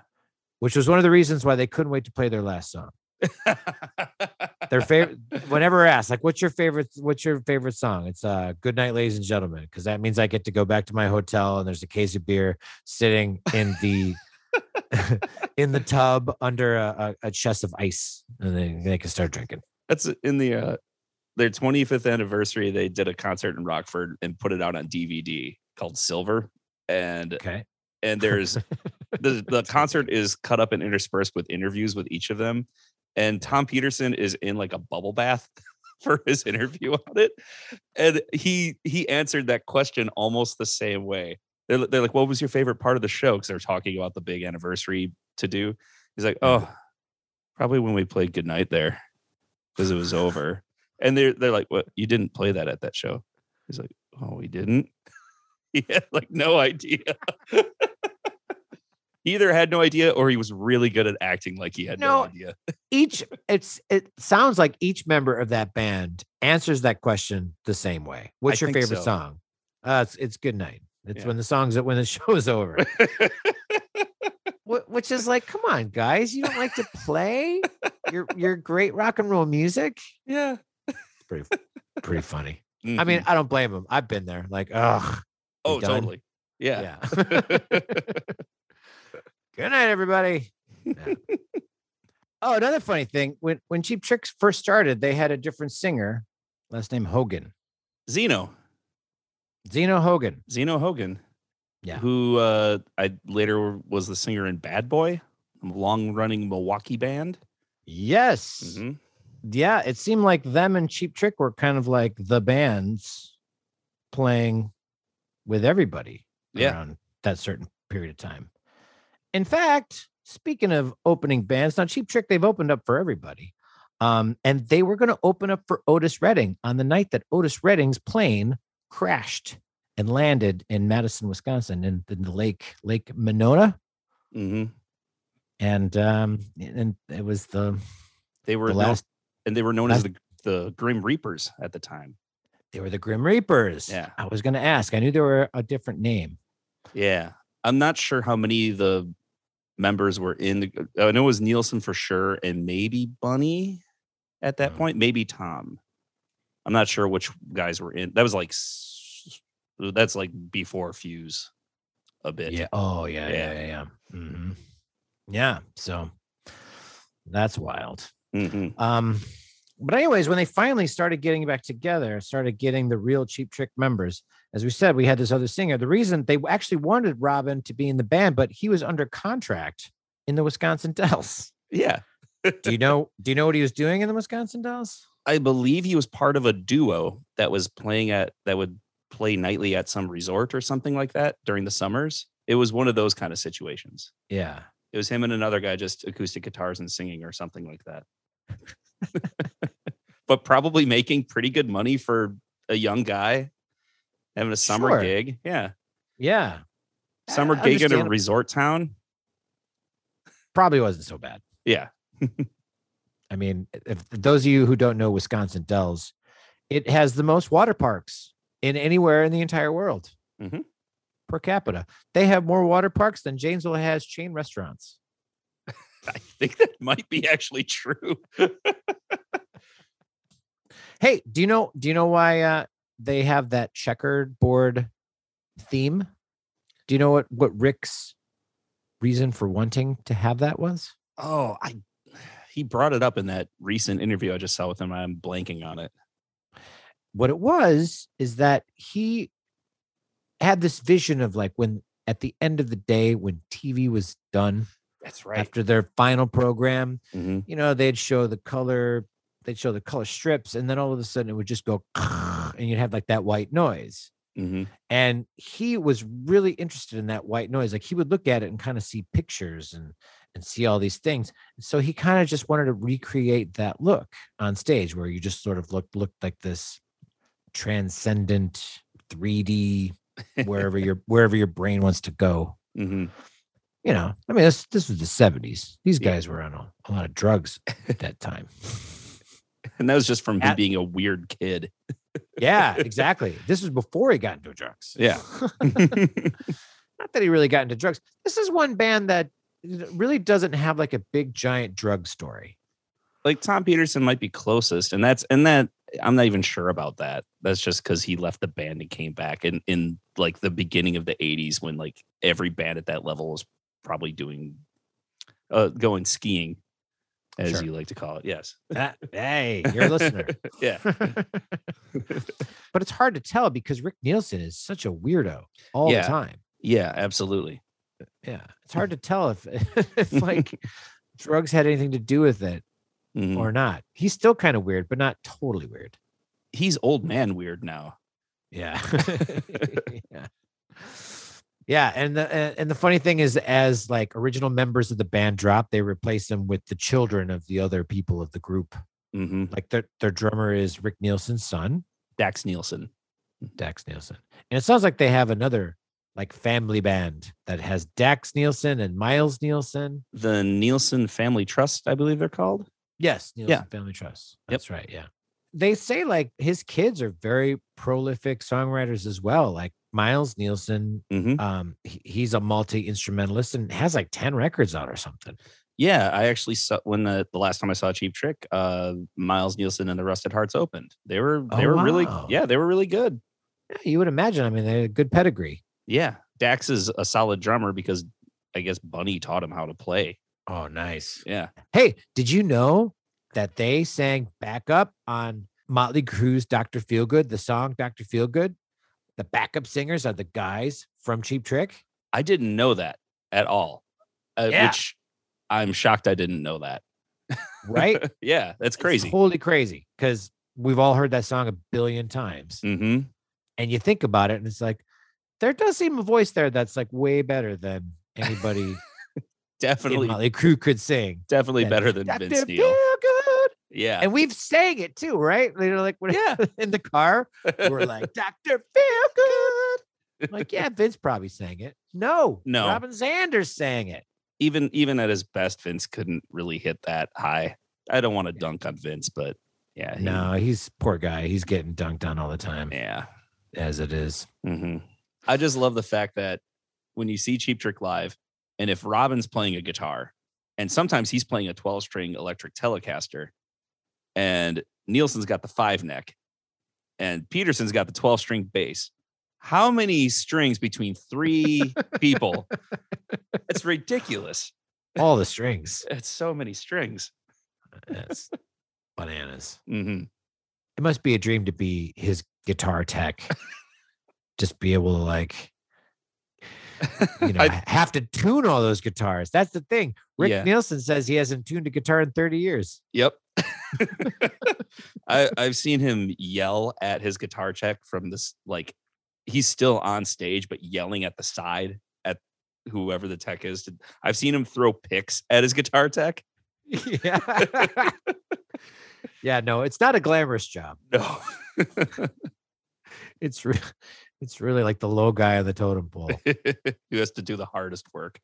which was one of the reasons why they couldn't wait to play their last song. Their favorite, whenever asked, like, "What's your favorite? What's your favorite song?" It's uh, "Good Night, Ladies and Gentlemen," because that means I get to go back to my hotel and there's a case of beer sitting in the <laughs> in the tub under a, a, a chest of ice, and then they can start drinking. <laughs> that's in the uh their 25th anniversary. They did a concert in Rockford and put it out on DVD called Silver. And Okay, and <laughs> there's the the concert is cut up and interspersed with interviews with each of them. And Tom Peterson is in like a bubble bath <laughs> for his interview on it. And he he answered that question almost the same way. They're, li- they're like, what was your favorite part of the show? Because they're talking about the big anniversary to do. He's like, oh, probably when we played Goodnight there because it was over. And they're they're like, what? You didn't play that at that show? He's like, oh, we didn't. <laughs> he had like no idea. he either had no idea or he was really good at acting like he had no, No. idea. each it's it sounds like each member of that band answers that question the same way. What's your think favorite so. song? Uh, it's it's good night. It's Yeah. when the songs when the <laughs> show is <laughs> over. Wh- Which is like, come on, guys, you don't like to play your your great rock and roll music. yeah. Pretty pretty funny. I mean, Mhm. I don't blame them. I've been there. Like, ugh, oh, done? totally. Yeah. yeah. good night, everybody. Yeah. oh, another funny thing when when Cheap Tricks first started, they had a different singer, last name Hogan, Zeno, Zeno Hogan. Zeno Hogan. Yeah. Who uh I later was the singer in Bad Boy, a long running Milwaukee band. Yes, Mhm. yeah, it seemed like them and Cheap Trick were kind of like the bands playing with everybody Yeah. around that certain period of time. In fact, speaking of opening bands, now Cheap Trick they've opened up for everybody. Um, and they were going to open up for Otis Redding on the night that Otis Redding's plane crashed and landed in Madison, Wisconsin, in, in the lake, Lake Monona. hmm And um, and it was the, They the were known, last. and they were known as the the Grim Reapers at the time. They were the Grim Reapers. Yeah. I was going to ask. I knew they were a different name. Yeah, I'm not sure how many of the members were in. The, I know it was Nielsen for sure, and maybe Bunny at Hmm. that point, maybe Tom. I'm not sure which guys were in. That was like s- that's like before Fuse, a bit. Yeah. Oh, yeah. Yeah. Yeah. Yeah. Yeah. hmm yeah so that's wild. Mhm. Um, but anyways, when they finally started getting back together, started getting the real Cheap Trick members, as we said, we had this other singer. The reason they actually wanted Robin to be in the band, but he was under contract in the Wisconsin <laughs> Dells. Yeah, Do you know? do you know what he was doing in the Wisconsin Dells? I believe he was part of a duo that was playing at that would play nightly at some resort or something like that during the summers. It was one of those kind of situations. Yeah. It was him and another guy just acoustic guitars and singing or something like that. <laughs> but probably making pretty good money for a young guy having a summer Sure. gig. Yeah. Yeah. Summer Uh, gig in a understandable. resort town. <laughs> Probably wasn't so bad. Yeah. I mean, if those of you who don't know Wisconsin Dells, it has the most water parks in anywhere in the entire world Mhm. per capita. They have more water parks than Janesville has chain restaurants. I think that might be actually true. Hey, do you know do you know why uh, they have that checkered board theme? Do you know what what Rick's reason for wanting to have that was? Oh, I he brought it up in that recent interview I just saw with him. and I'm blanking on it. what it was is that he had this vision of like when at the end of the day when TV was done That's right. after their final program, Mm-hmm, you know, they'd show the color, they'd show the color strips, and then all of a sudden it would just go <laughs> and you'd have like that white noise. hmm And he was really interested in that white noise. Like he would look at it and kind of see pictures and and see all these things. So he kind of just wanted to recreate that look on stage where you just sort of looked looked like this transcendent 3D wherever <laughs> your wherever your brain wants to go. hmm You know, I mean this this was the 70s. These Yeah. guys were on a, a lot of drugs at that <laughs> time. And that was just from him At- being a weird <laughs> kid. yeah, exactly. This was before he got into drugs. Yeah. not that he really got into drugs. This is one band that really doesn't have like a big giant drug story. like Tom Peterson might be closest, and that's and that I'm not even sure about that. That's just because he left the band and came back, and in like the beginning of the '80s, when like every band at that level was probably doing, uh, going skiing, as Sure. you like to call it. Yes, Ah, hey, you're a listener. <laughs> yeah, but it's hard to tell because Rick Nielsen is such a weirdo all Yeah. the time. yeah, absolutely. Yeah. It's hard <laughs> to tell if, <laughs> if like drugs had anything to do with it Mhm. or not. He's still kind of weird, but not totally weird. He's old man weird now. Yeah. <laughs> yeah. Yeah, and the and and the funny thing is, as like original members of the band drop, they replace them with the children of the other people of the group. hmm Like their their drummer is Rick Nielsen's son, Dax Nielsen. Dax Nielsen, and it sounds like they have another like family band that has Dax Nielsen and Miles Nielsen. The Nielsen Family Trust, I believe they're called. Yes, Nielsen Family Trust. Yep. That's right. Yeah. They say like his kids are very prolific songwriters as well. Like Miles Nielsen hmm um he, he's a multi-instrumentalist and has like 10 records out or something Yeah, I actually saw when the, the last time I saw Cheap Trick, uh, Miles Nielsen and the Rusted Hearts opened. They were they Oh, were really wow. yeah they were really good. yeah, you would imagine i mean they had a good pedigree Yeah, Dax is a solid drummer because I guess Bunny taught him how to play. oh nice Yeah, hey did you know that they sang backup on motley crue's dr feelgood the song dr feelgood the backup singers are the guys from cheap trick I didn't know that at all, uh, Yeah. which I'm shocked I didn't know that. <laughs> <laughs> right It's yeah, that's crazy. totally crazy because we've all heard that song a billion times hmm and you think about it and it's like there does seem a voice there that's like way better than anybody in <laughs> Definitely, motley crue could sing definitely that better than Dr. Vince Neil. Feelgood. Yeah. And we've sang it too, right? They're like, when yeah. <laughs> in the car, we're <laughs> like, Dr. Feelgood. I'm like, yeah, Vince probably sang it. No, No. Robin Sanders sang it. even even at his best, Vince couldn't really hit that high. I don't want to dunk on Vince, but yeah, he- No, he's poor guy. He's getting dunked on all the time yeah. as it <laughs> is. hmm I just love the fact that when you see Cheap Trick live, and if Robin's playing a guitar, and sometimes he's playing a 12 string electric Telecaster, and Nielsen's got the five neck, and Peterson's got the 12 string bass. How many strings between three people? It's ridiculous. All the strings. It's so many strings. That's bananas. hmm It must be a dream to be his guitar tech. Just be able to like, you know, have to tune all those guitars. That's the thing. Rick Yeah. Nielsen says he hasn't tuned a guitar in 30 years. <laughs> Yep. <laughs> I, I've seen him yell at his guitar tech from this, like, he's still on stage, but yelling at the side at whoever the tech is. I've seen him throw picks at his guitar tech. yeah. yeah, no, it's not a glamorous job. <laughs> No. It's re- <laughs> it's really like the low guy on the totem pole. Who has to do the hardest work.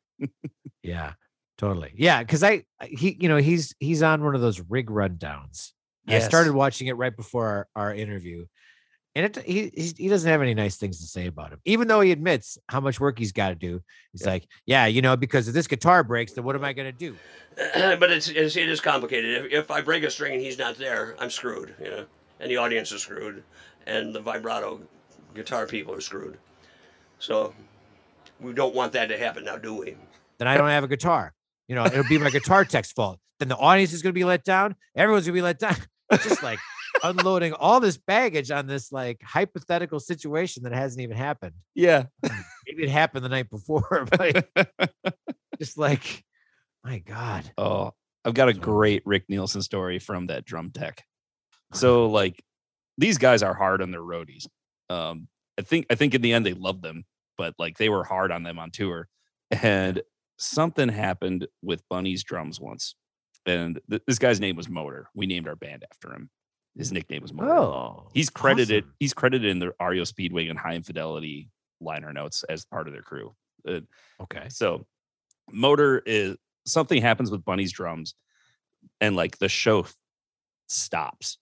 Yeah, totally. Yeah, because I I- he you know he's he's on one of those rig rundowns. And I Yes. started watching it right before our, our interview, and it he he's- he doesn't have any nice things to say about him, even though he admits how much work he's got to do. He's like, yeah, you know, because if this guitar breaks, then what am I going to do? <clears throat> but it's, it's it is complicated. If, if I break a string and he's not there, I'm screwed. You know, and the audience is screwed, and the vibrato guitar people are screwed. So we don't want that to happen now, do we? Then I don't have a guitar. You know, it'll be my guitar tech's fault. Then the audience is going to be let down. Everyone's going to be let down. <laughs> It's Just like unloading all this baggage on this like hypothetical situation that hasn't even happened. Yeah. maybe it happened the night before, <laughs> but just like, my God. Oh, I've got a great Rick Nielsen story from that drum tech. So like these guys are hard on their roadies. Um, I think I think in the end they loved them, but like they were hard on them on tour. And something happened with Bunny's drums once. And th- this guy's name was Motor. We named our band after him. His nickname was Motor. Oh, He's credited. He's credited in the REO Speedway and High Infidelity liner notes as part of their crew. Uh, Okay. so motor is something happens with Bunny's drums and like the show f- stops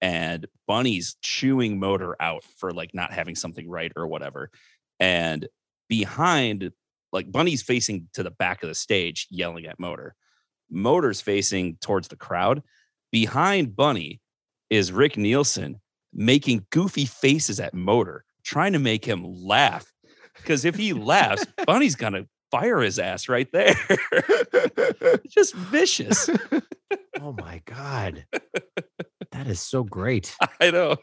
and Bunny's chewing motor out for like not having something right or whatever. And behind like Bunny's facing to the back of the stage yelling at motor. Motor's facing towards the crowd. Behind Bunny is Rick Nielsen making goofy faces at Motor, trying to make him laugh. Because if he laughs, Bunny's gonna fire his ass right there. <laughs> Just vicious. Oh my God. That is so great. I know.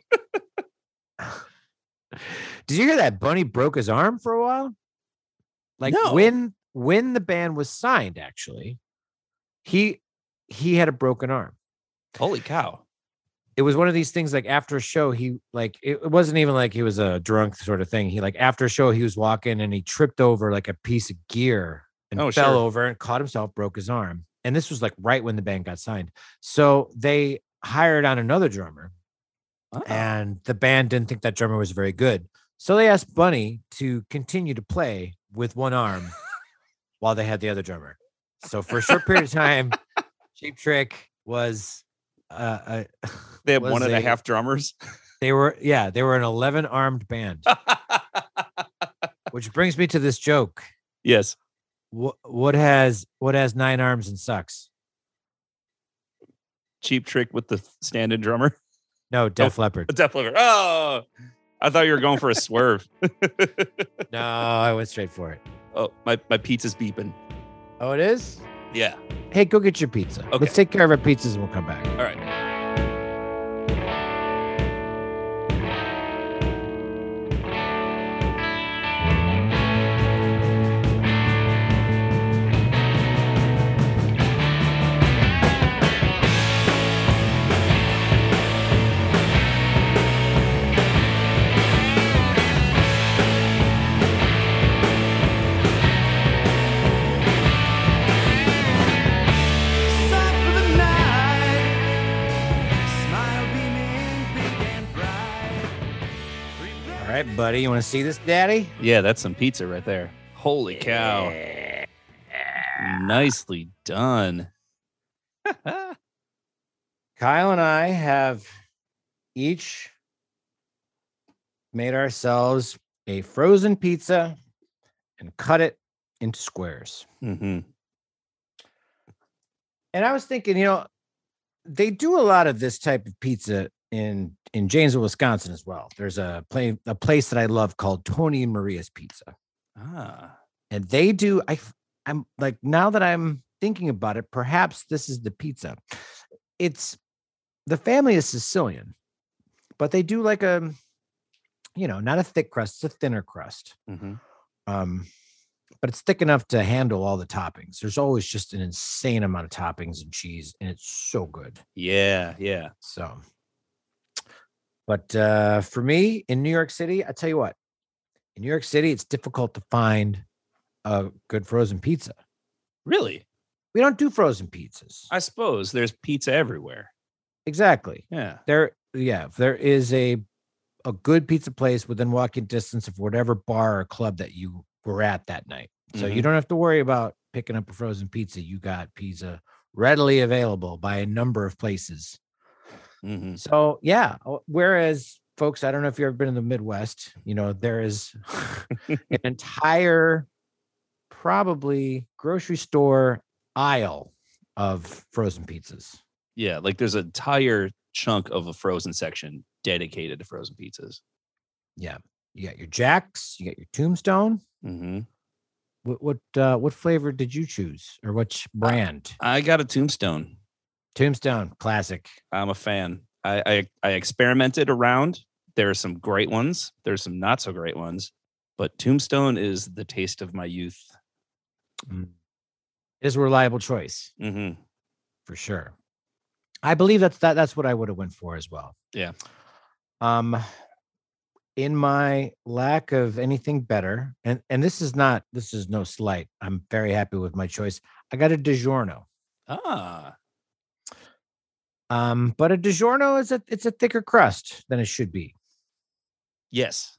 Did you hear that Bunny broke his arm for a while? Like No. when when the band was signed, actually, he he had a broken arm. Holy cow. it was one of these things like after a show he like it it wasn't even like he was a drunk sort of thing he like after a show he was walking and he tripped over like a piece of gear and Oh, fell sure. over and caught himself broke his arm and this was like right when the band got signed so they hired on another drummer and the band didn't think that drummer was very good so they asked bunny to continue to play with one arm <laughs> while they had the other drummer so for a short period of <laughs> time cheap trick was uh, a, <laughs> they have was one and a a- half drummers. they were, yeah, they were an 11 armed band, which brings me to this joke. yes. What, what has what has nine arms and sucks? Cheap trick with the stand in drummer. <laughs> No, Def <laughs> Leppard. Def Leppard. Oh, I thought you were going for a <laughs> swerve. No, I went straight for it. Oh, my, my pizza's beeping. Oh, it is? Yeah. Hey, go get your pizza. Okay. Let's take care of our pizzas and we'll come back. All right. Stop for the night. right, buddy. You want to see this, Daddy? Yeah, that's some pizza right there. Holy cow. Nicely done. Kyle and I have each made ourselves a frozen pizza and cut it into squares. hmm And I was thinking, you know, they do a lot of this type of pizza in in Janesville, Wisconsin as well. There's a play a place that I love called Tony and Maria's Pizza. Ah, And they do I f- I'm like now that I'm thinking about it, perhaps this is the pizza. It's the family is Sicilian, but they do like a you know, not a thick crust, it's a thinner crust. mhm. um but it's thick enough to handle all the toppings there's always just an insane amount of toppings and cheese and it's so good yeah, yeah. so but uh for me in new york city i tell you what in new york city it's difficult to find a good frozen pizza Really? we don't do frozen pizzas I suppose there's pizza everywhere. exactly Yeah. there yeah if there is a a good pizza place within walking distance of whatever bar or club that you were at that night so you don't have to worry about picking up a frozen pizza you got pizza readily available by a number of places hmm so yeah o- whereas folks i don't know if you've ever been in the midwest you know there is <laughs> an entire probably grocery store aisle of frozen pizzas Yeah, like there's an entire chunk of a frozen section dedicated to frozen pizzas. you got your jacks you got your tombstone hmm What what uh, what flavor did you choose, or which brand? I got a tombstone. Tombstone, classic. I'm a fan. I, I I experimented around. There are some great ones. There's some not so great ones. But Tombstone is the taste of my youth. It is a reliable choice hmm for sure. I believe that's that. That's what I would have went for as well. Yeah. Um, in my lack of anything better, and and this is not this is no slight. I'm very happy with my choice. I got a DiGiorno. Ah, Um, but a DiGiorno is a it's a thicker crust than it should be. yes.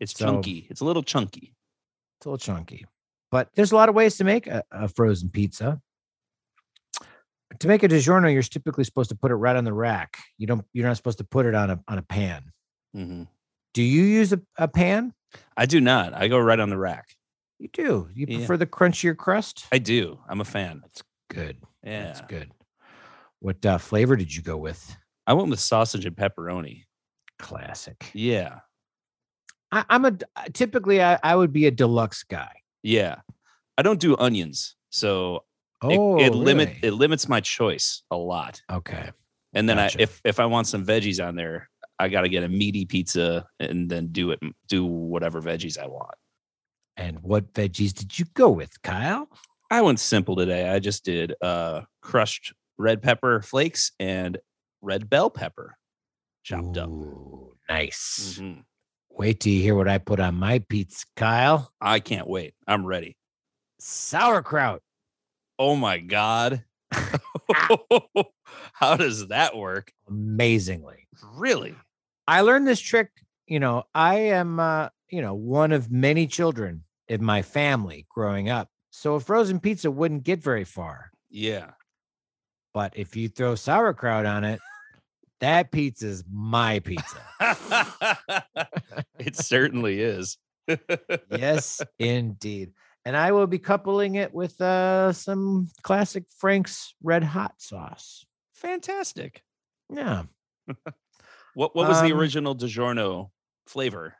It's So- chunky. It's a little chunky. It's a little chunky, but there's a lot of ways to make a, a frozen pizza. To make a DiGiorno, you're typically supposed to put it right on the rack. You don't. You're not supposed to put it on a on a pan. hmm Do you use a, a pan? I do not. I go right on the rack. You do. You Yeah. prefer the crunchier crust? I do. I'm a fan. Good. Yeah. That's good. What uh, flavor did you go with? I went with sausage and pepperoni. Classic. Yeah. I, I'm a typically I, I would be a deluxe guy. Yeah. I don't do onions. So it, Oh, it limit really? it limits my choice a lot. Okay. And then Gotcha. I if if I want some veggies on there, I got to get a meaty pizza and then do it do whatever veggies I want. And what veggies did you go with, Kyle? I went simple today. I just did uh crushed red pepper flakes and red bell pepper chopped up. Ooh, Nice. Mhm. Wait till you hear what I put on my pizza, Kyle. I can't wait. I'm ready. Sauerkraut. Oh <laughs> my god. Ah. <laughs> How does that work? Amazingly. Really? I learned this trick. You know, I am, uh, you know, one of many children in my family growing up. So a frozen pizza wouldn't get very far. Yeah. But if you throw sauerkraut on it, that pizza's my pizza. <laughs> it certainly is. yes, indeed. And I will be coupling it with uh, some classic Frank's red hot sauce. <laughs> Fantastic. Yeah. What what was the Um, original DiGiorno flavor?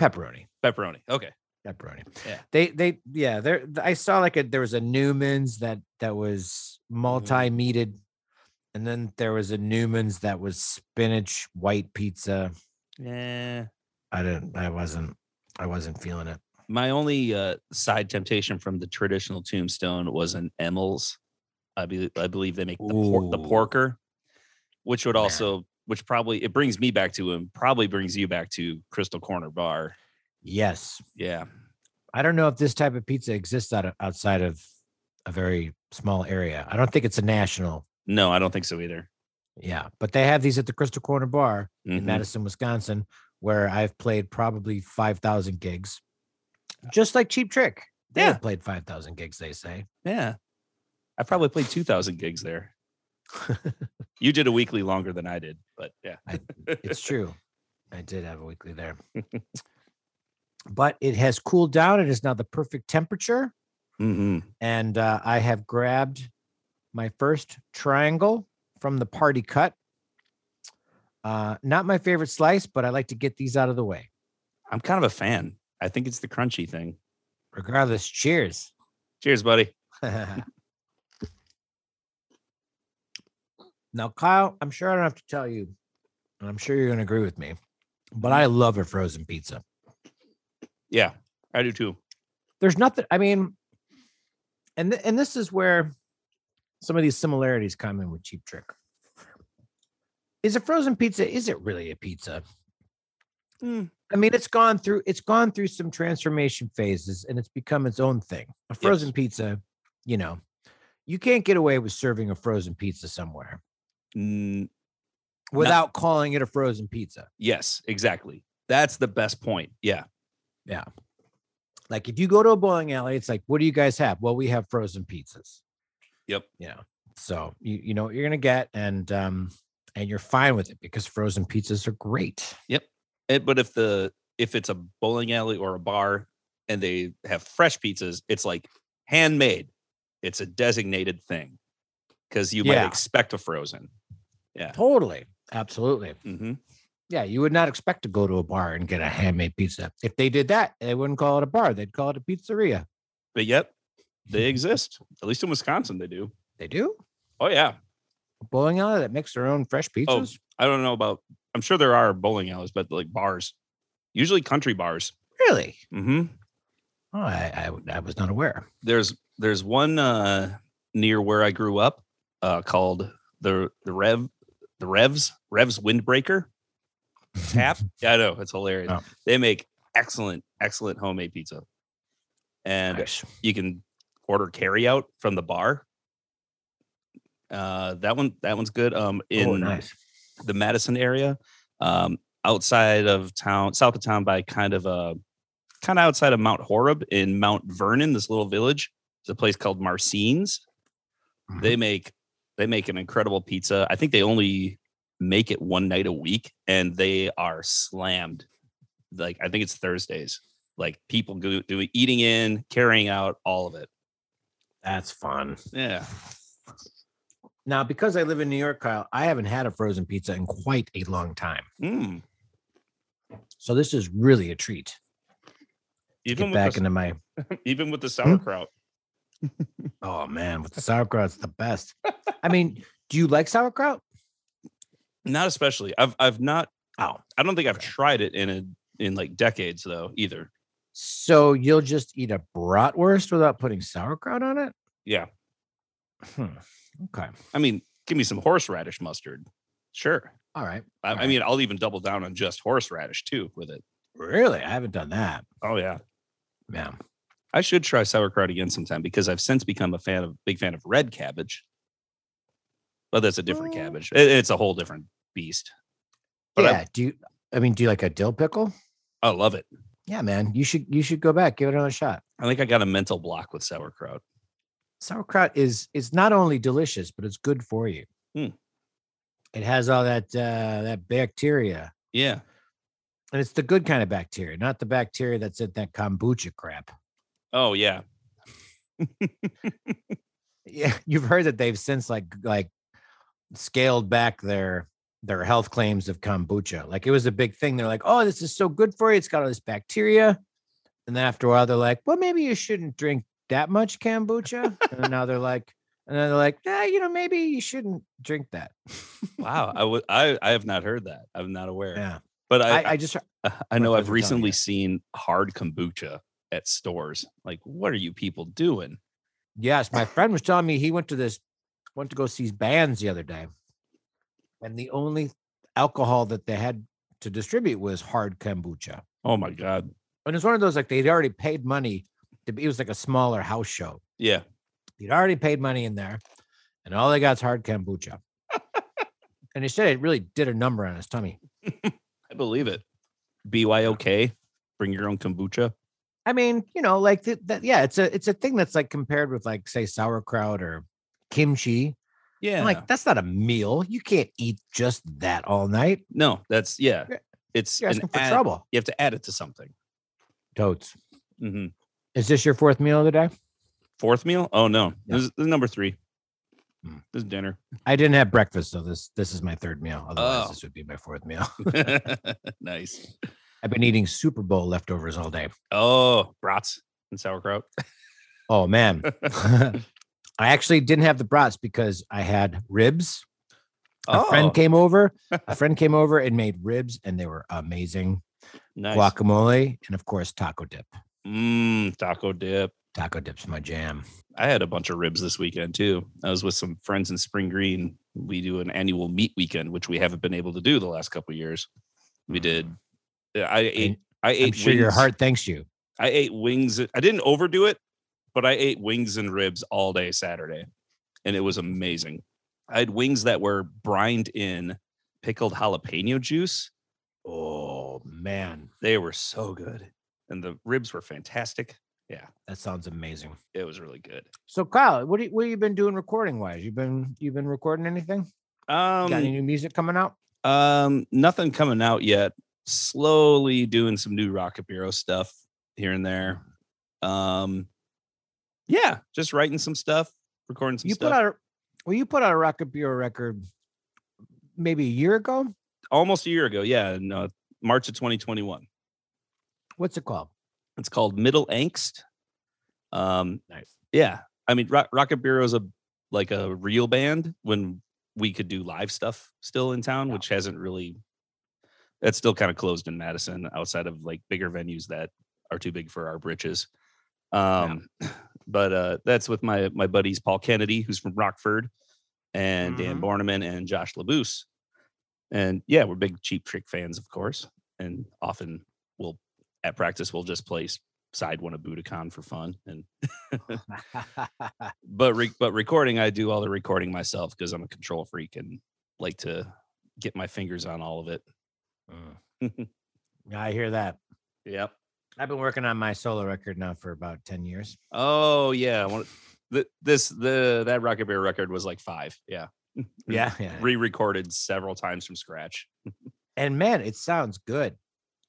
Pepperoni. Pepperoni. Okay. pepperoni. Yeah. They they yeah, there th- I saw like a there was a Newman's that that was multi-meated and then there was a Newman's that was spinach white pizza. Yeah. I didn't I wasn't I wasn't feeling it. My only uh, side temptation from the traditional tombstone was an Emmel's. I believe I believe they make the, por- the Ooh. porker, which would Yeah. also which probably it brings me back to him, probably brings you back to Crystal Corner Bar. Yes. Yeah. I don't know if this type of pizza exists out of, outside of a very small area. I don't think it's a national. No, I don't think so either. Yeah, but they have these at the Crystal Corner Bar in Mhm. Madison, Wisconsin, where I've played probably 5,000 gigs, just like Cheap Trick. They have played 5,000 gigs, they say. Yeah. I probably played 2,000 <laughs> gigs there. you did a weekly longer than I did, but yeah. It's true. I did have a weekly there. but it has cooled down. It is now the perfect temperature. <laughs> Mm-hmm. And uh, I have grabbed my first triangle from the party cut. Uh, not my favorite slice, but I like to get these out of the way. I'm kind of a fan. I think it's the crunchy thing. Regardless, cheers. Cheers, buddy. now, <laughs> Kyle, I'm sure I don't have to tell you, and I'm sure you're going to agree with me, but I love a frozen pizza. Yeah, I do too. There's nothing, I mean, and th- and this is where some of these similarities come in with Cheap Trick. Is a frozen pizza? Is it really a pizza? Mm. I mean, it's gone through it's gone through some transformation phases, and it's become its own thing. A frozen pizza, you know, you can't get away with serving a frozen pizza somewhere. Mm, without calling it a frozen pizza. yes, exactly. That's the best point. Yeah. Like if you go to a bowling alley, it's like, what do you guys have? Well, we have frozen pizzas. Yep. Yeah. So you you know what you're gonna get, and um, and you're fine with it because frozen pizzas are great. It- but if the if it's a bowling alley or a bar and they have fresh pizzas, it's like handmade. It's a designated thing because you might Yeah. expect a frozen. Totally. Absolutely. Mm-hmm. Yeah, you would not expect to go to a bar and get a handmade pizza. If they did that, they wouldn't call it a bar, they'd call it a pizzeria. But yep, <laughs> they exist. At least in Wisconsin, they do. They do? Oh yeah. A bowling alley that makes their own fresh Oh, pizzas? I don't know about. I'm sure there are bowling alleys, but like bars, usually country bars. Really? Mm-hmm. Oh, I, I I was not aware. There's there's one uh, near where I grew up uh, called the the Rev the Revs Revs Windbreaker Tap. <laughs> yeah, I know it's hilarious. Oh. They make excellent excellent homemade pizza, and Nice. Oh, you can order carry out from the bar. Uh, that one that one's good. Um, in oh, nice. the Madison area, um, outside of town, south of town by kind of a kind of outside of Mount Horeb in Mount Vernon, this little village. It's a place called Marcine's. Mm-hmm. They make they make an incredible pizza. I think they only make it one night a week, and they are slammed. Like I think it's Thursdays. Like people go do eating in, carrying out, all of it. That's fun. Yeah. Now, because I live in New York, Kyle, I haven't had a frozen pizza in quite a long time. Mm. So this is really a treat. To Even get with back Hmm? the, into <laughs> my even with the sauerkraut. oh man, with the sauerkraut's the best. I mean, do you like sauerkraut? Not especially. I've I've not. Oh. I don't think I've Okay. tried it in a in like decades though either. So you'll just eat a bratwurst without putting sauerkraut on it? Yeah. Hmm. Okay. I mean, give me some horseradish mustard. Sure. All right. I, I Alright. mean, I'll even double down on just horseradish too with it. Really? I haven't done that. Oh yeah. Yeah. I should try sauerkraut again sometime because I've since become a fan of big fan of red cabbage. But that's a different cabbage. It- it's a whole different beast. But I- yeah. do you I mean, do you like a dill pickle? I love it. Yeah, man. You should you should go back, give it another shot. I think I got a mental block with sauerkraut. sauerkraut is is not only delicious but it's good for you Hmm. it has all that uh that bacteria Yeah. and it's the good kind of bacteria not the bacteria that's in that kombucha crap Oh yeah. yeah <laughs> you've heard that they've since like like scaled back their their health claims of kombucha like it was a big thing they're like oh this is so good for you it's got all this bacteria and then after a while they're like well maybe you shouldn't drink that much kombucha and then now they're like and then they're like nah, you know maybe you shouldn't drink that Wow. I would. I I have not heard that. I'm not aware. <laughs> yeah But I, I, I just Uh, <laughs> I know I've friends were telling me recently that. seen hard kombucha at stores. Like, what are you people doing? yes, my friend was telling me he went to this went to go see bands the other day, and the only alcohol that they had to distribute was hard kombucha. Oh my god. And it's one of those like they'd already paid money to be. It was like a smaller house show. Yeah. They'd already paid money in there, and all they got is hard kombucha. and he said it really did a number on his tummy. I believe it. BYOK, bring your own kombucha. I mean, you know, like th- that. Yeah, it's a it's a thing that's like compared with like say sauerkraut or kimchi. Yeah. I'm like that's not a meal. You can't eat just that all night. no, that's yeah. You're- It's You're an asking for add- trouble. You have to add it to something. Totes. hmm Is this your fourth meal of the day? Fourth meal? Oh no, Yeah. this, is, this is number three. Hmm. This is dinner. I didn't have breakfast, so this this is my third meal. Otherwise, Oh. this would be my fourth meal. <laughs> <laughs> nice. I've been eating Super Bowl leftovers all day. Oh, brats and sauerkraut. Oh <laughs> man. <laughs> I actually didn't have the brats because I had ribs. A Oh. friend came over. <laughs> A friend came over and made ribs, and they were amazing. nice. Guacamole, and of course, taco dip. Mm, taco dip. Taco dip's my jam. I had a bunch of ribs this weekend too. I was with some friends in Spring Green. We do an annual meat weekend, which we haven't been able to do the last couple of years. We did. yeah, I ate. I ate. Mm. I'm sure your wings- heart thanks you. I ate wings. I didn't overdo it, but I ate wings and ribs all day Saturday, and it was amazing. I had wings that were brined in pickled jalapeno juice. Oh man, They were so good, and the ribs were fantastic. that sounds amazing. It was really good. So Kyle, what do you, what have you been doing recording wise? You've been you've been recording anything? Um, Got any new music coming out? Um, nothing coming out yet. Slowly doing some new Rocket Bureau stuff here and there. Um, yeah, just writing some stuff, recording some You stuff. put out a- well, you put out a Rocket Bureau record maybe a year ago. Almost a year ago, yeah, in uh, March of 2021. What's it called? It's called Middle Angst. Um, <laughs> Nice. yeah, I mean, Ro- Rocket Bureau is a like a real band when we could do live stuff still in town, which hasn't really. That's still kind of closed in Madison, outside of like bigger venues that are too big for our britches. Um, <laughs> but uh, that's with my my buddies Paul Kennedy, who's from Rockford, and Dan Borneman and Josh Labuse. And yeah, we're big Cheap Trick fans, of course, and often we'll at practice we'll just play s- side one of Budokan for fun. And but re- but recording, I do all the recording myself because I'm a control freak and like to get my fingers on all of it. Mm. Yeah, I hear that. Yep. I've been working on my solo record now for about 10 years. Oh yeah. I wanna- th- this the that Rocket Bear record was like five. Yeah. <laughs> Yeah. yeah. Re-recorded several times from scratch. And man, it sounds good.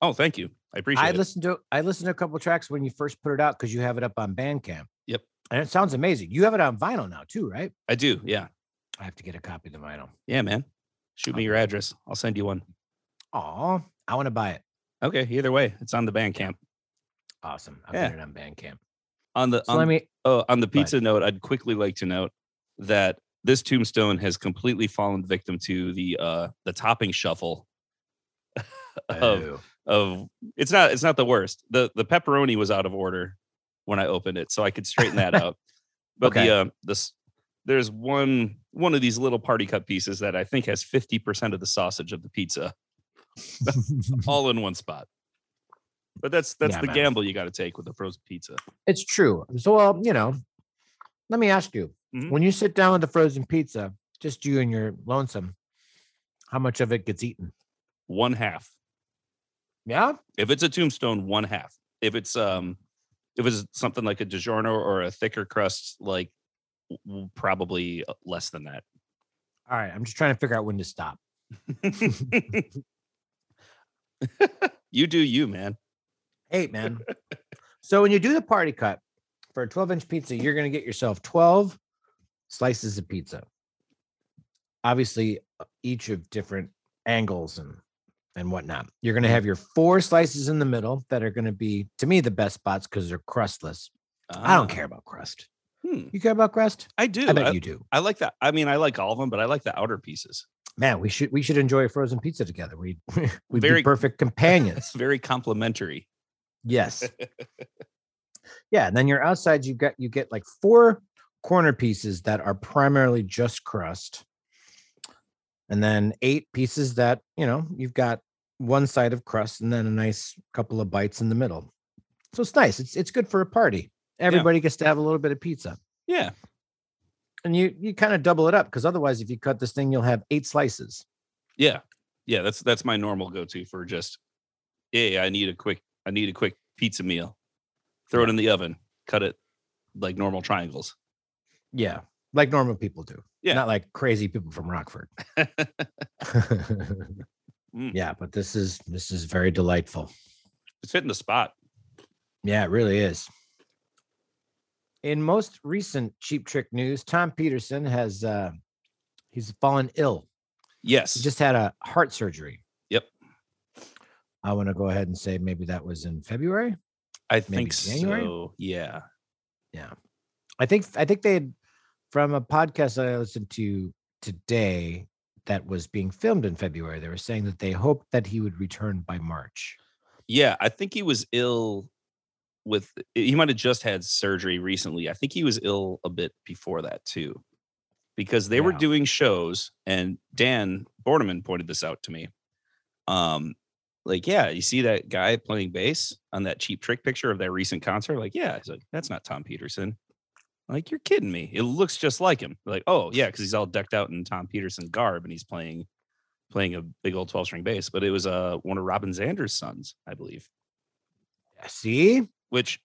Oh, thank you. I appreciate I it. listened to I listened to a couple tracks when you first put it out because you have it up on Bandcamp. Yep. And it sounds amazing. You have it on vinyl now too, right? I do. Yeah. I have to get a copy of the vinyl. Yeah, man. Shoot me your address. I'll send you one. Oh, I want to buy it. Okay. Either way, it's on the Bandcamp. Awesome. I'll get it on Bandcamp. On the So on let me Oh, on the But- pizza note, I'd quickly like to note that this tombstone has completely fallen victim to the uh the topping shuffle of oh, of it's not it's not the worst. The the pepperoni was out of order when I opened it, so I could straighten that <laughs> out. But Okay. the uh this there's one one of these little party cut pieces that I think has 50% of the sausage of <laughs> the pizza <laughs> all in one spot. But that's that's Yeah, the man. gamble you got to take with a frozen pizza. <laughs> it's true. So well, you know, let me ask you. Mhm. When you sit down with the frozen pizza, just you and your lonesome, how much of it gets eaten? One half. Yeah? If it's a tombstone, one half. If it's um, if it's something like a DiGiorno or a thicker crust, like w- w- probably uh, less than that. All right. I'm just trying to figure out when to stop. you do you, man. Hey, <laughs> man. so when you do the party cut for a 12 inch pizza, you're going to get yourself 12 slices of pizza. Obviously, uh, each of different angles and and whatnot. You're going to have your four slices in the middle that are going to be, to me, the best spots because they're crustless. I don't Ah, care about crust. hmm. You care about crust? I do. I bet I, you do. I like that. I mean, I like all of them, but I like the outer pieces. Man, we should we should enjoy a frozen pizza together. We we'd <laughs> Very- be perfect companions. Very complimentary. Yes. yeah, and then your outside you get you get like four corner pieces that are primarily just crust. And then eight pieces that, you know, you've got one side of crust and then a nice couple of bites in the middle. So it's nice. It's it's good for a party. Everybody gets to have a little bit of pizza. Yeah. And you you kind of double it up because otherwise if you cut this thing you'll have eight slices. Yeah. Yeah. That's that's my normal go to for just yeah, yeah, I need a quick, I need a quick pizza meal. Throw it in the oven, cut it like normal triangles. Yeah. Like normal people do. Yeah. Not like crazy people from <laughs> Rockford. <laughs> Mm. Yeah, but this is this is very delightful. It's hitting the spot. Yeah, it really is. In most recent Cheap Trick news, Tom Peterson has uh he's fallen ill. Yes. He just had a heart surgery. Yep. I want to go ahead and say maybe that was in February. I maybe think January? so. Yeah. I think I think they had from a podcast that I listened to today that was being filmed in February. They were saying that they hoped that he would return by March. Yeah. I think he was ill with, he might have just had surgery recently. I think he was ill a bit before that too, because they were Yeah. doing shows. And Dan Borneman pointed this out to me. Um, like, yeah, you see that guy playing bass on that cheap trick picture of that recent concert? Like, yeah, he's like, that's not Tom Peterson. I'm Like, you're kidding me. It looks just like him. Like, oh yeah, because he's all decked out in Tom Peterson garb and he's playing playing a big old 12 string bass. But it was uh one of Robin Zander's sons, I believe. See? Which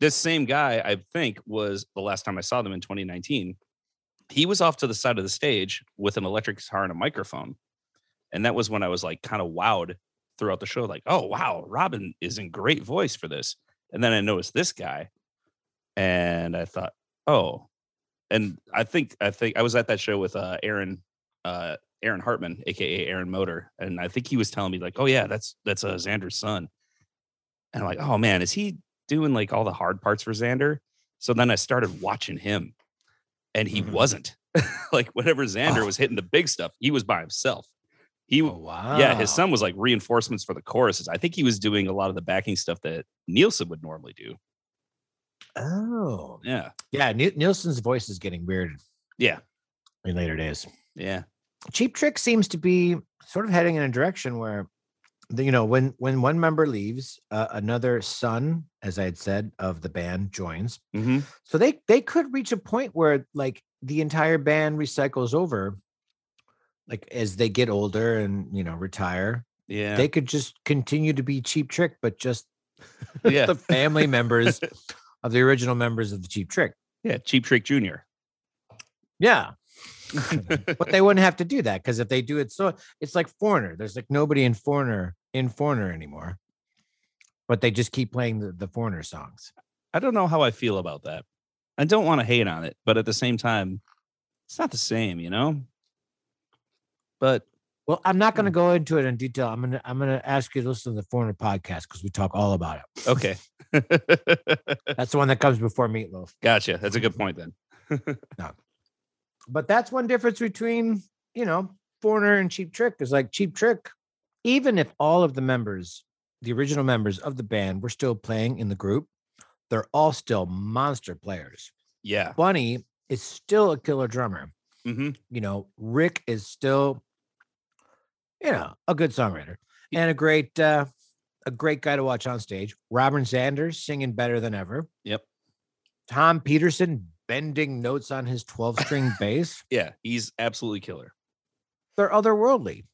this same guy, I think, was the last time I saw them in 2019. He was off to the side of the stage with an electric guitar and a microphone. And that was when I was like kind of wowed throughout the show, like, oh wow, Robin is in great voice for this. And then I noticed this guy and I thought, oh. And I think I think I was at that show with uh Aaron uh Aaron Hartman, aka Aaron Motor, and I think he was telling me, like, oh yeah, that's that's uh Xander's son. And I'm like, oh man, is he doing like all the hard parts for Xander? So then I started watching him and he Mhm. wasn't. <laughs> like whenever Xander Oh. was hitting the big stuff, he was by himself. He Oh, wow. yeah, his son was like reinforcements for the choruses. I think he was doing a lot of the backing stuff that Nielsen would normally do. Oh. Yeah. Yeah, Ni- Nielsen's voice is getting weird Yeah. in later days. Yeah. Cheap Trick seems to be sort of heading in a direction where, the, you know, when when one member leaves, uh, another son, as I had said, of the band joins. hmm So they they could reach a point where like the entire band recycles over, like as they get older and you know retire, Yeah. they could just continue to be Cheap Trick, but just <laughs> yeah. the family members of the original members of the Cheap Trick. yeah. Cheap <laughs> Trick <laughs> Jr. <laughs> Yeah. but they wouldn't have to do that because if they do it so it's like foreigner there's like nobody in foreigner in foreigner anymore but they just keep playing the, the foreigner songs I don't know how I feel about that. I don't want to hate on it, but at the same time, it's not the same, you know? But well i'm not going to Hmm. go into it in detail i'm going to i'm going to ask you to listen to the foreigner podcast because we talk all about <laughs> it okay. that's the one that comes before meatloaf gotcha. That's a good point then. but that's one difference between you know foreigner and cheap trick is like cheap trick even if all of the members the original members of the band were still playing in the group they're all still monster players Yeah. Bunny is still a killer drummer. hmm You know, Rick is still, you know, a good songwriter Yeah. and a great, uh, a great guy to watch on stage. Robin Sanders singing better than ever. Yep. Tom Peterson bending notes on his 12 string bass. Yeah. He's absolutely killer. They're otherworldly.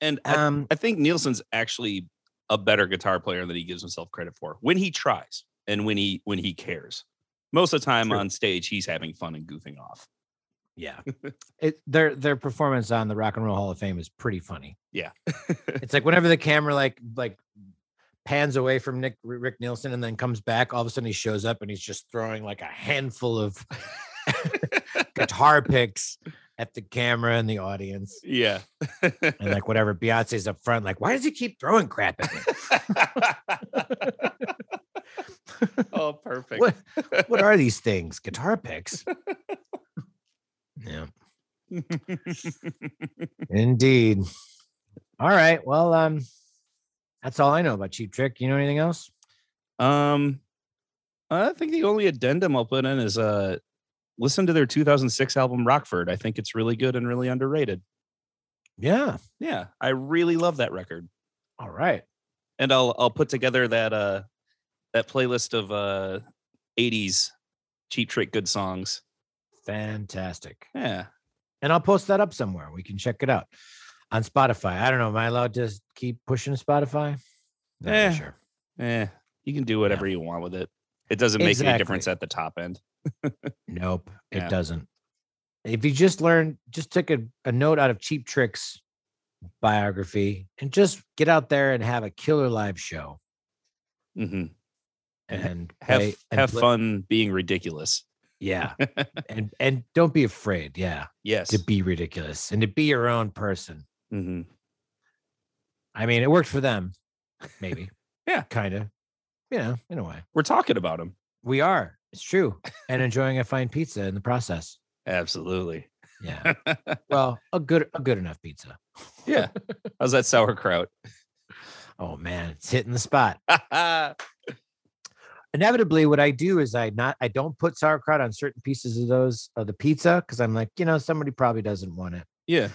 And I Um, I think Nielsen's actually a better guitar player than he gives himself credit for when he tries and when he when he cares. Most of the time True. on stage, he's having fun and goofing off. yeah. It, their their performance on the Rock and Roll Hall of Fame is pretty funny. Yeah. it's like whenever the camera like like pans away from Nick Rick Nielsen and then comes back, all of a sudden he shows up and he's just throwing like a handful of <laughs> guitar picks at the camera and the audience. <laughs> <laughs> Yeah. And like whatever Beyonce's up front, like, why does he keep throwing crap at me? oh, perfect. What what are these things? Guitar picks. Yeah. Indeed. All right. Well, um, that's all I know about Cheap Trick. You know anything else? <laughs> Um, I think the only addendum I'll put in is uh, listen to their 2006 album Rockford. I think it's really good and really underrated. Yeah. Yeah, I really love that record. All right. and I'll I'll put together that uh that playlist of uh 80s cheap trick good songs. Fantastic. Yeah. And I'll post that up somewhere. We can check it out on Spotify. I don't know. Am I allowed to keep pushing Spotify? No, Eh. for sure. Eh, you can do whatever you want with it. It doesn't make any difference at the top end. Nope, Yeah. it doesn't. If you just learn, just took a, a note out of Cheap Tricks biography and just get out there and have a killer live show hmm And ha- and Have play- and have play- fun being ridiculous. Yeah. and and don't be afraid, yeah, Yes. to be ridiculous and to be your own person. hmm I mean, it worked for them, maybe. <laughs> Yeah. Kind of. You know, in a way. We're talking about them. We are. It's true. And enjoying a fine pizza in the process. Absolutely. Yeah. Well, a good a good enough pizza. yeah. How's that sauerkraut? <laughs> Oh man, it's hitting the spot. yeah. inevitably what I do is I not I don't put sauerkraut on certain pieces of those of the pizza because I'm like, you know, somebody probably doesn't want it.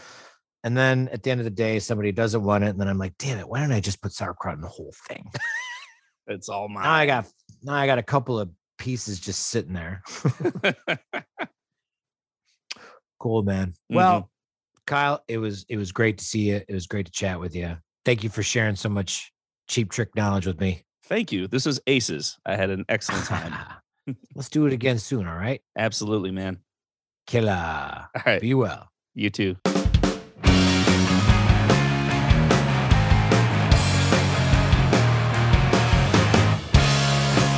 And then at the end of the day, somebody doesn't want it. And then I'm like, damn it, why don't I just put sauerkraut in the whole thing? <laughs> It's all mine. now I got now I got a couple of pieces just sitting there. cool, man. Well, Kyle, it was it was great to see you. It was great to chat with you. Thank you for sharing so much cheap trick knowledge with <laughs> me. <laughs> Thank you. This was aces. I had an excellent time. Let's do it again soon, all right? Absolutely, man. Killer. All right. Be well. You too.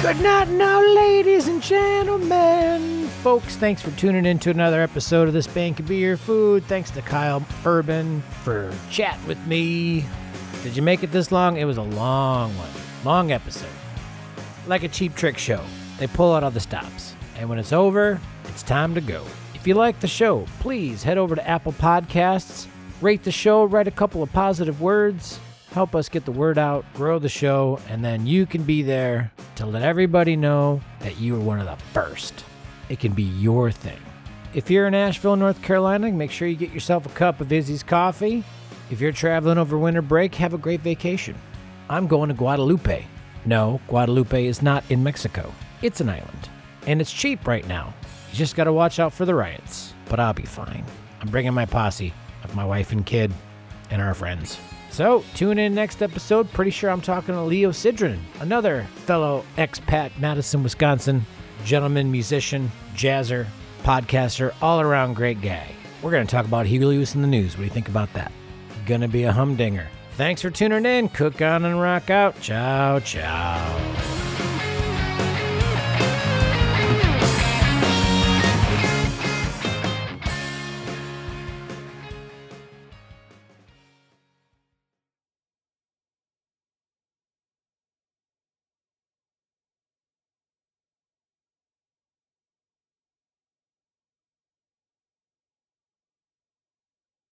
Good night now, ladies and gentlemen. Folks, thanks for tuning in to another episode of This Bank Could Be Your Food. Thanks to Kyle Urban for chatting with me. Did you make it this long? It was a long one. Long episode. Like a cheap trick show, they pull out all the stops. And when it's over, it's time to go. If you like the show, please head over to Apple Podcasts, rate the show, write a couple of positive words, help us get the word out, grow the show, and then you can be there to let everybody know that you are one of the first. It can be your thing. If you're in Asheville, North Carolina, make sure you get yourself a cup of Izzy's coffee. If you're traveling over winter break, have a great vacation. I'm going to Guadalupe. No, Guadalupe is not in Mexico. It's an island. And it's cheap right now. You just gotta watch out for the riots. But I'll be fine. I'm bringing my posse of my wife and kid and our friends. So, tune in next episode. Pretty sure I'm talking to Leo Sidran, another fellow expat Madison, Wisconsin, gentleman, musician, jazzer, podcaster, all around great guy. We're going to talk about Helios in the news. What do you think about that? Gonna be a humdinger. Thanks for tuning in. Cook on and rock out. Ciao, ciao.